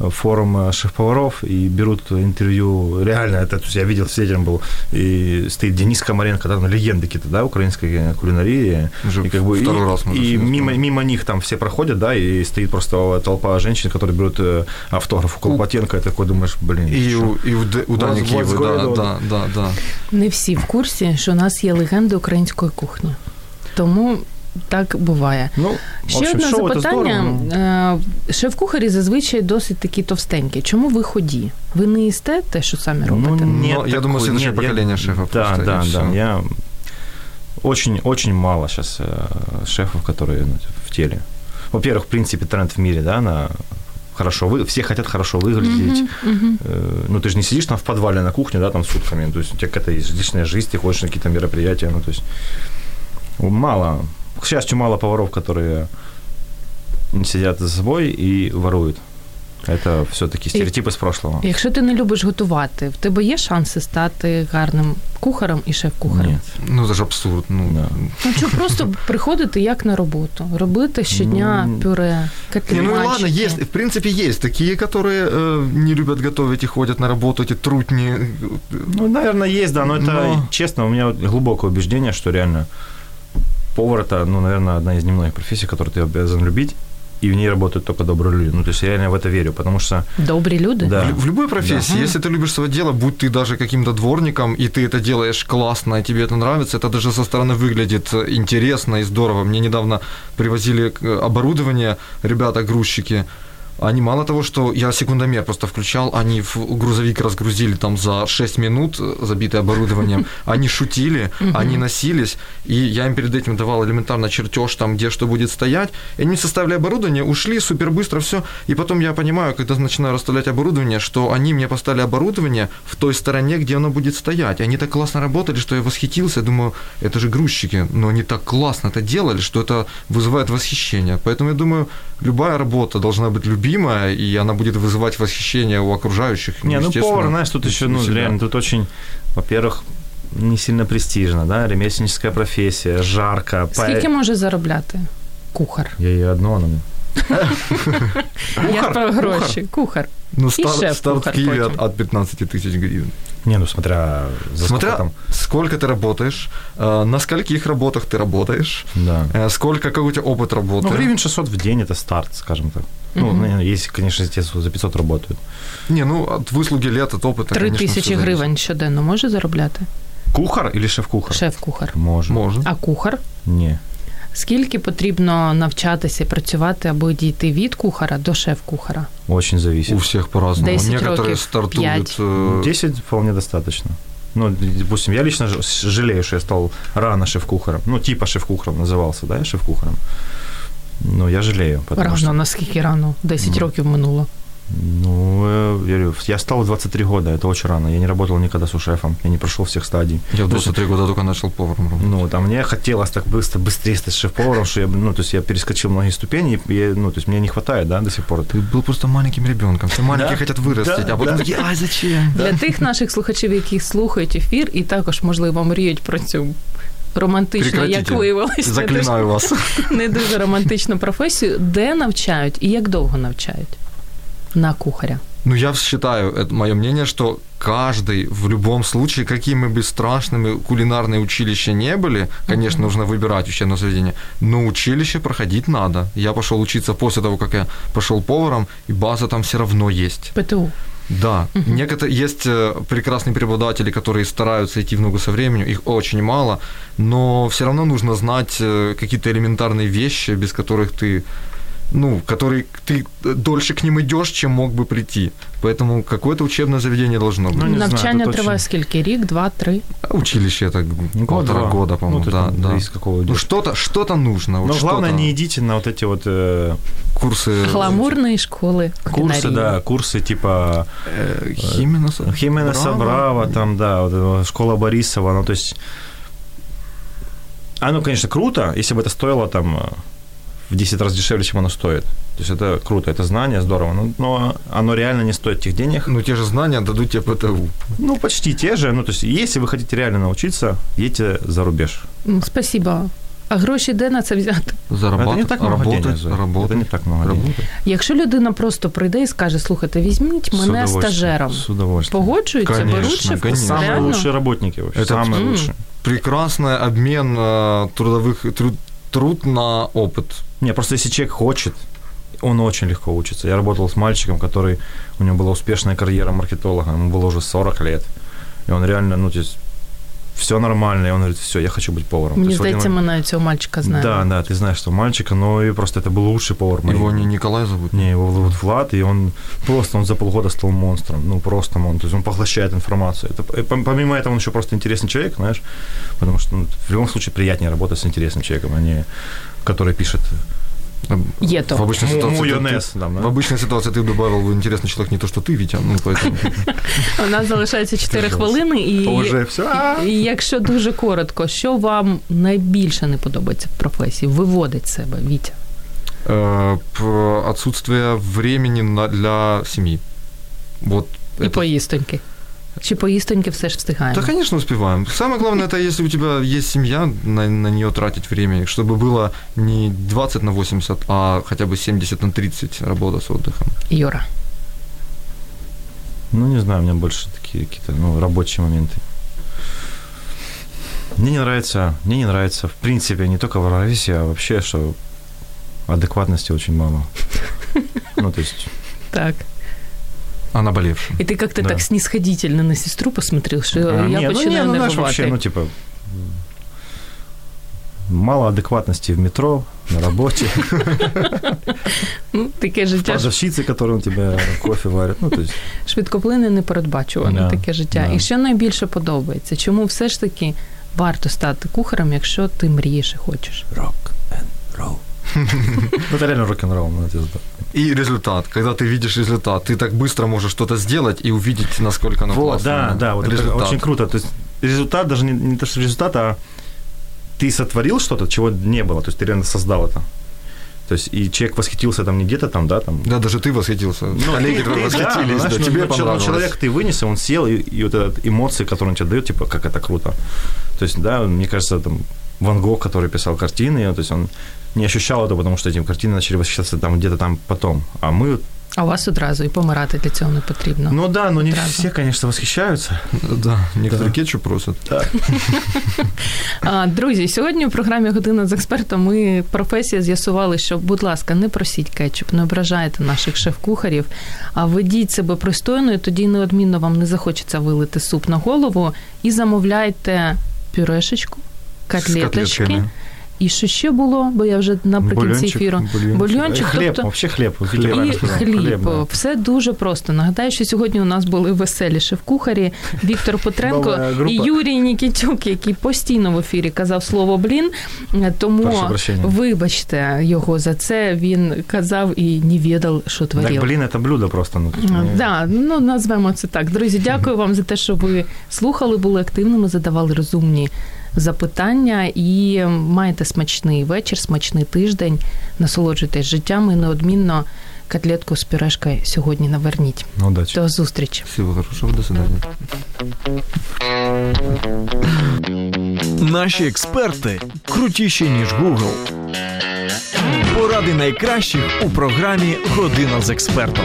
[SPEAKER 3] э, форум э, шеф-поваров и берут интервью, реально, это, то есть я видел, свидетелем был, и стоит Денис Комаренко, да, ну, легенды какие-то, да, украинской э, кулинарии,
[SPEAKER 2] Уже
[SPEAKER 3] ну, и как бы, и,
[SPEAKER 2] второй раз ну. мы
[SPEAKER 3] и
[SPEAKER 2] это
[SPEAKER 3] мимо,
[SPEAKER 2] слышим.
[SPEAKER 3] мимо них там все проходят, да, и стоит просто толпа женщин, которые берут э, автограф у Колпатенко, и такой думаешь, блин,
[SPEAKER 2] И
[SPEAKER 3] чё?
[SPEAKER 2] у, и у, Д- у
[SPEAKER 3] Вас-
[SPEAKER 2] Дани
[SPEAKER 3] вас
[SPEAKER 2] Киева, да,
[SPEAKER 3] городом.
[SPEAKER 2] да, да, да.
[SPEAKER 1] Не всі в курсі, що у нас є легенди української кухні. Тому так буває.
[SPEAKER 3] ну, в
[SPEAKER 1] Ще
[SPEAKER 3] общем,
[SPEAKER 1] одне
[SPEAKER 3] шоу это
[SPEAKER 1] запитання.
[SPEAKER 3] здорово.
[SPEAKER 1] Е,
[SPEAKER 3] ну.
[SPEAKER 1] Шеф-кухарі зазвичай досить такі товстенькі. Чому ви ході? Ви не їсте те, що самі
[SPEAKER 3] Ну,
[SPEAKER 1] робите?
[SPEAKER 3] ні.
[SPEAKER 2] Но
[SPEAKER 3] Нет,
[SPEAKER 2] я
[SPEAKER 3] такой-
[SPEAKER 2] думаю, следующее
[SPEAKER 3] нет, я-
[SPEAKER 2] поколение шефов
[SPEAKER 3] Да,
[SPEAKER 2] просто, и
[SPEAKER 3] да,
[SPEAKER 2] всё.
[SPEAKER 3] да. Я очень, очень мало сейчас шефов, которые ну, типа, в теле. Во-первых, в принципе, тренд в мире, да, на хорошо вы, все хотят хорошо выглядеть. Э, Ну, ты же не сидишь там в подвале на кухне, да, там сутками. То есть у тебя какая-то есть личная жизнь, ты ходишь на какие-то мероприятия. Ну, то есть мало. К счастью, мало поваров, которые не сидят за собой и воруют. Это все-таки стереотип из прошлого.
[SPEAKER 1] Якщо ти не любиш готувати, в тебе є шанси стати гарним кухарем і шеф-кухарем?
[SPEAKER 3] Нет.
[SPEAKER 2] Ну, это же абсурд. Ну,
[SPEAKER 3] Да.
[SPEAKER 1] Ну, чи просто приходити як на роботу, робити щодня
[SPEAKER 3] Ну,
[SPEAKER 1] пюре,
[SPEAKER 2] Не, ну
[SPEAKER 1] котлетки.
[SPEAKER 2] и ладно,
[SPEAKER 3] э.
[SPEAKER 2] есть, в принципе, есть такие, которые э, не любят готовить и ходят на работу, эти трутни.
[SPEAKER 3] Ну, наверное, есть, да, но это,
[SPEAKER 2] Но-
[SPEAKER 3] честно, у меня вот глубокое убеждение, что реально повар это, ну, наверное, одна из немногих профессий, которую ты обязан любить, и в ней работают только добрые люди. Ну, то есть я реально в это верю, потому что...
[SPEAKER 1] Добрі люди.
[SPEAKER 3] Да.
[SPEAKER 2] В лю- В любой профессии,
[SPEAKER 1] Да.
[SPEAKER 2] если ты любишь свое дело, будь ты даже каким-то дворником, и ты это делаешь классно, и тебе это нравится, это даже со стороны выглядит э, интересно и здорово. Мне недавно привозили э, оборудование, ребята-грузчики, они мало того, что я секундомер просто включал, они в грузовик разгрузили там за 6 минут, э, забитый оборудованием, они шутили, они носились, и я им перед этим давал элементарно чертеж там, где что будет стоять, и они составили оборудование, ушли супер быстро, все, и потом я понимаю, когда начинаю расставлять оборудование, что они мне поставили оборудование в той стороне, где оно будет стоять, они так классно работали, что я восхитился, я думаю, это же грузчики, но они так классно это делали, что это вызывает восхищение, поэтому я думаю, любая работа должна быть любимая, и она будет вызывать восхищение у окружающих.
[SPEAKER 3] Не, ну,
[SPEAKER 2] естественно,
[SPEAKER 3] повар, знаешь, тут
[SPEAKER 2] у
[SPEAKER 3] еще, ну,
[SPEAKER 2] себя.
[SPEAKER 3] реально, тут очень, во-первых, не сильно престижно, да, ремесленническая профессия, жарко. по-
[SPEAKER 1] Скільки може заробляти? Кухар.
[SPEAKER 3] Я ей одно, она мне.
[SPEAKER 1] Я про гроші. Кухар.
[SPEAKER 2] Ну,
[SPEAKER 1] І
[SPEAKER 2] старт,
[SPEAKER 1] шеф-кухар
[SPEAKER 2] старт в Киеве от,
[SPEAKER 1] потім.
[SPEAKER 2] от 15 тысяч гривен.
[SPEAKER 3] Не, ну, смотря за
[SPEAKER 2] Смотря
[SPEAKER 3] сколько там.
[SPEAKER 2] сколько ты работаешь, э, на скольких работах ты работаешь,
[SPEAKER 3] Да.
[SPEAKER 2] э, сколько, какой у тебя опыт работы.
[SPEAKER 3] Ну, гривен 600 в день это старт, скажем так. Ну, наверное, есть, конечно, те, кто за 500 работают.
[SPEAKER 2] Не, ну, от выслуги лет, от опыта,
[SPEAKER 1] Три
[SPEAKER 2] конечно, всё
[SPEAKER 1] тисячі
[SPEAKER 2] зависит.
[SPEAKER 1] гривень щоденно може заробляти?
[SPEAKER 3] Кухар или шеф-кухар?
[SPEAKER 1] Шеф-кухар.
[SPEAKER 3] Может.
[SPEAKER 2] Можно.
[SPEAKER 1] А кухар?
[SPEAKER 3] Не.
[SPEAKER 1] Скільки потрібно навчатися і працювати, аби дійти від кухара до шеф-кухара?
[SPEAKER 3] Очень зависит.
[SPEAKER 2] У всех по-разному.
[SPEAKER 1] 10
[SPEAKER 2] Некоторые
[SPEAKER 1] років,
[SPEAKER 2] стартуют...
[SPEAKER 1] А п'ять.
[SPEAKER 2] э,
[SPEAKER 3] 10 вполне достаточно. Ну, допустим, я лично ж- жалею, что я стал рано шеф-кухаром. Ну, типа шеф-кухаром назывался, да, я шеф-кухаром. Ну, я жалею, потому
[SPEAKER 1] Рано,
[SPEAKER 3] что...
[SPEAKER 1] наскільки рано? 10
[SPEAKER 3] Ну.
[SPEAKER 1] років минуло.
[SPEAKER 3] Ну, э, я, говорю, я стал в 23 года, это очень рано. Я не работал никогда с шефом, я не прошел всех стадий.
[SPEAKER 2] Я в
[SPEAKER 3] То есть,
[SPEAKER 2] 23 года только начал поваром работать.
[SPEAKER 3] Ну, там мне хотелось так быстро, быстрее стать шеф-поваром, что я, ну, то есть я перескочил многие ступени, и, я- ну, то есть мне не хватает, да, до сих пор.
[SPEAKER 2] Ты был просто маленьким ребенком. Все маленькие
[SPEAKER 3] Да.
[SPEAKER 2] хотят вырастить,
[SPEAKER 3] Да,
[SPEAKER 2] а потом
[SPEAKER 3] да.
[SPEAKER 2] такие, ай, зачем?
[SPEAKER 1] Для тих наших слухачів, які слухають ефір, і також, можливо, мріють про цю романтичну, як
[SPEAKER 2] Прекратите.
[SPEAKER 1] виявилось, не дуже,
[SPEAKER 2] Заклинаю вас.
[SPEAKER 1] не дуже романтичну професію, де навчають і як довго навчають на кухаря.
[SPEAKER 2] Ну, я считаю, это мое мнение, что каждый в любом случае, какими бы страшными кулинарные училища не были, конечно, нужно выбирать учебное заведение, но училище проходить надо. Я пошел учиться после того, как я пошел поваром, и база там все равно есть.
[SPEAKER 1] ПТУ.
[SPEAKER 2] Да, некоторые есть э, прекрасные преподаватели, которые стараются идти в ногу со временем, их очень мало, но все равно нужно знать э, какие-то элементарные вещи, без которых ты ну, который ты дольше к ним идешь, чем мог бы прийти. Поэтому какое-то учебное заведение должно быть.
[SPEAKER 3] Ну, не знаю,
[SPEAKER 1] Навчання
[SPEAKER 3] тут
[SPEAKER 1] триває
[SPEAKER 3] очень-
[SPEAKER 1] скільки? Рік, два, три.
[SPEAKER 2] А Училище это
[SPEAKER 3] Ну,
[SPEAKER 2] полтора
[SPEAKER 3] два.
[SPEAKER 2] года, по-моему,
[SPEAKER 3] Ну, то есть
[SPEAKER 2] да,
[SPEAKER 3] там
[SPEAKER 2] да.
[SPEAKER 3] из какого
[SPEAKER 2] Ну,
[SPEAKER 3] идёт.
[SPEAKER 2] что-то, что-то нужно. вот
[SPEAKER 3] Но главное,
[SPEAKER 2] что-то.
[SPEAKER 3] не идите на вот эти вот э,
[SPEAKER 2] курсы...
[SPEAKER 1] Гламурної школи.
[SPEAKER 3] курсы,
[SPEAKER 1] кулінарії.
[SPEAKER 3] да, курсы типа
[SPEAKER 2] Э, Хименеса.
[SPEAKER 3] Хименеса
[SPEAKER 2] Браво.
[SPEAKER 3] Браво, там, да, вот, э, школа Борисова, ну, то есть... Оно, конечно, круто, если бы это стоило там э, в 10 раз дешевле, чем оно стоит. То есть это круто, это знание, здорово, но, но оно реально не стоит тех денег.
[SPEAKER 2] Ну, те же знания дадут тебе ПТУ.
[SPEAKER 3] Ну, почти те же, ну, то есть если вы хотите реально научиться, едьте за рубеж.
[SPEAKER 1] М, Спасибо. А гроші де на це взяти?
[SPEAKER 2] Зарабатывать,
[SPEAKER 3] это не так много денег,
[SPEAKER 2] работать,
[SPEAKER 3] Зоя, это не
[SPEAKER 2] работать,
[SPEAKER 3] так много денег.
[SPEAKER 2] работать.
[SPEAKER 1] Якщо людина просто прийде і скаже: слухайте, візьміть
[SPEAKER 3] С
[SPEAKER 1] мене
[SPEAKER 3] удовольствием,
[SPEAKER 1] стажером.
[SPEAKER 3] С удовольствием.
[SPEAKER 1] Погоджуються,
[SPEAKER 2] Конечно,
[SPEAKER 1] беруть Ну, ще
[SPEAKER 2] конечно.
[SPEAKER 1] в
[SPEAKER 3] Самые
[SPEAKER 1] реально?
[SPEAKER 3] лучшие работники вообще.
[SPEAKER 2] Это
[SPEAKER 3] самые
[SPEAKER 1] абсолютно.
[SPEAKER 3] лучшие.
[SPEAKER 2] Прекрасный обмен э, трудовых... Труд, труд на опыт.
[SPEAKER 3] Не, просто если человек хочет, он очень легко учится. Я работал с мальчиком, который у него была успешная карьера маркетолога, ему было уже 40 лет. И он реально, ну, то есть, все нормально, и он говорит, все, я хочу быть поваром. То
[SPEAKER 1] Мені
[SPEAKER 3] есть в один
[SPEAKER 1] здається,
[SPEAKER 3] момент-
[SPEAKER 1] ми навіть цього мальчика знаємо.
[SPEAKER 3] Да, да, ты знаешь, что мальчика, но и просто это был лучший повар. моей-
[SPEAKER 2] Его не Николай зовут?
[SPEAKER 3] Не, его зовут Влад, и он просто, он за полгода стал монстром, ну просто монстр, то есть он поглощает информацию. Это, э, пом- помимо этого, он еще просто интересный человек, знаешь, потому что ну, в любом случае приятнее работать с интересным человеком, а не который пишет
[SPEAKER 1] Є
[SPEAKER 2] В
[SPEAKER 1] то.
[SPEAKER 2] обычной
[SPEAKER 3] Му-
[SPEAKER 2] ситуации... ты-
[SPEAKER 3] майонез,
[SPEAKER 2] ты-
[SPEAKER 3] там, да?
[SPEAKER 2] В обычной ситуации ты добавил интересный человек не то, что ты, Витя, ну, поэтому...
[SPEAKER 1] У нас залишається 4 хвилини, і,
[SPEAKER 3] Уже все.
[SPEAKER 2] а?
[SPEAKER 1] і якщо дуже коротко, що вам найбільше не подобається в професії? Виводить з себе, Вітя.
[SPEAKER 2] Э, п- Отсутствие времени на- для семьи. Вот
[SPEAKER 1] І
[SPEAKER 2] это
[SPEAKER 1] поїстоньки. Чи поїстоньки все ж встигаємо?
[SPEAKER 2] Да, конечно, успеваем. Самое главное, это если у тебя есть семья, на, на нее тратить время, чтобы было не 20 на 80, а хотя бы 70 на 30 работа с отдыхом.
[SPEAKER 1] Юра.
[SPEAKER 3] Ну, не знаю, у меня больше такие какие-то ну, рабочие моменты. Мне не нравится, мне не нравится, в принципе, не только в профессии, а вообще, что адекватности очень мало. Ну, то есть,
[SPEAKER 1] Так.
[SPEAKER 2] А наболевшим.
[SPEAKER 1] І ти як-то
[SPEAKER 3] Да.
[SPEAKER 1] так снісходительно на сестру посмотрів, що
[SPEAKER 3] а,
[SPEAKER 1] Э, я
[SPEAKER 3] не, ну, не,
[SPEAKER 1] починаю
[SPEAKER 3] ну, знаешь,
[SPEAKER 1] нервувати.
[SPEAKER 3] вообще, ну, типа, м, мало адекватности в метро, на работе,
[SPEAKER 1] Ну, таке
[SPEAKER 3] в
[SPEAKER 1] життя ж
[SPEAKER 3] продавщице, которая у тебя кофе варит. Ну, то есть,
[SPEAKER 1] швидкоплине непередбачуване
[SPEAKER 3] Да,
[SPEAKER 1] таке життя.
[SPEAKER 3] да.
[SPEAKER 1] І що найбільше подобається? Чому все ж таки варто стати кухарем, якщо ти мрієш і хочеш?
[SPEAKER 3] ну, это реально рок-н-ролл, ну, это здорово.
[SPEAKER 2] И результат. Когда ты видишь результат, ты так быстро можешь что-то сделать и увидеть, насколько оно
[SPEAKER 3] Вот,
[SPEAKER 2] классное.
[SPEAKER 3] да, да, вот это
[SPEAKER 2] Ну, Результат.
[SPEAKER 3] очень круто. То есть результат даже не, не то, что результат, а ты сотворил что-то, чего не было, то есть ты реально создал это. То есть и человек восхитился там не где-то там, да, там.
[SPEAKER 2] Да, даже ты восхитился. Коллеги твои
[SPEAKER 3] Ну, да,
[SPEAKER 2] восхитились, да,
[SPEAKER 3] знаешь, ну,
[SPEAKER 2] тебе
[SPEAKER 3] ну, чел- ну,
[SPEAKER 2] понравилось.
[SPEAKER 3] Человек ты вынес, и он сел, и, и вот эта эмоции, которые он тебе дает, типа, как это круто. То есть, да, мне кажется, там Ван Гог, который писал картины, то есть он не ощущал это, потому что эти картины начали восхищаться там где-то там потом. А мы... вот-
[SPEAKER 1] А у вас одразу і помирати для цього не потрібно.
[SPEAKER 3] Ну да, но не
[SPEAKER 1] Сразу.
[SPEAKER 3] все, конечно, восхищаются.
[SPEAKER 2] Да, некоторые
[SPEAKER 3] Да.
[SPEAKER 2] кетчуп просят.
[SPEAKER 1] А, друзі, сьогодні в програмі Година з експертом ми професія з'ясували, що, будь ласка, не просіть кетчуп, не ображайте наших шеф-кухарів, а ведіть себе пристойно, і тоді неодмінно вам не захочеться вилити суп на голову і замовляйте пюрешечку, котлеточки.
[SPEAKER 2] котлетками.
[SPEAKER 1] І що ще було, бо я вже наприкінці
[SPEAKER 3] Бульончик,
[SPEAKER 1] ефіру.
[SPEAKER 2] бульончик.
[SPEAKER 1] Бульончик,
[SPEAKER 3] хлеб,
[SPEAKER 1] тобто
[SPEAKER 3] вообще хлеб. Витя
[SPEAKER 1] і
[SPEAKER 3] правильно сказал.
[SPEAKER 1] хліб.
[SPEAKER 3] да.
[SPEAKER 1] Все дуже просто. Нагадаю, що сьогодні у нас були веселі шеф-кухарі Віктор Петренко
[SPEAKER 3] Нова група.
[SPEAKER 1] і Юрій Нікітюк, який постійно в ефірі казав слово блін. Е, Тому
[SPEAKER 3] Прошу прощення.
[SPEAKER 1] вибачте його за це. Він казав і не відав, що
[SPEAKER 3] Так,
[SPEAKER 1] творив.
[SPEAKER 3] блин, это блюдо просто. Ну, то есть мне-
[SPEAKER 1] Да, ну назвемо це так. Друзі, дякую вам за те, що ви слухали, були активними, задавали розумні запитання і маєте смачний вечір, смачний тиждень. Насолоджуйтесь життям і неодмінно котлетку з пюрешкою сьогодні наверніть.
[SPEAKER 3] Ну, Удачи.
[SPEAKER 1] До зустрічі.
[SPEAKER 2] Всего хорошего, до свидания.
[SPEAKER 4] Наші експерти крутіші, ніж Google. Поради найкращих у програмі Година з експертом.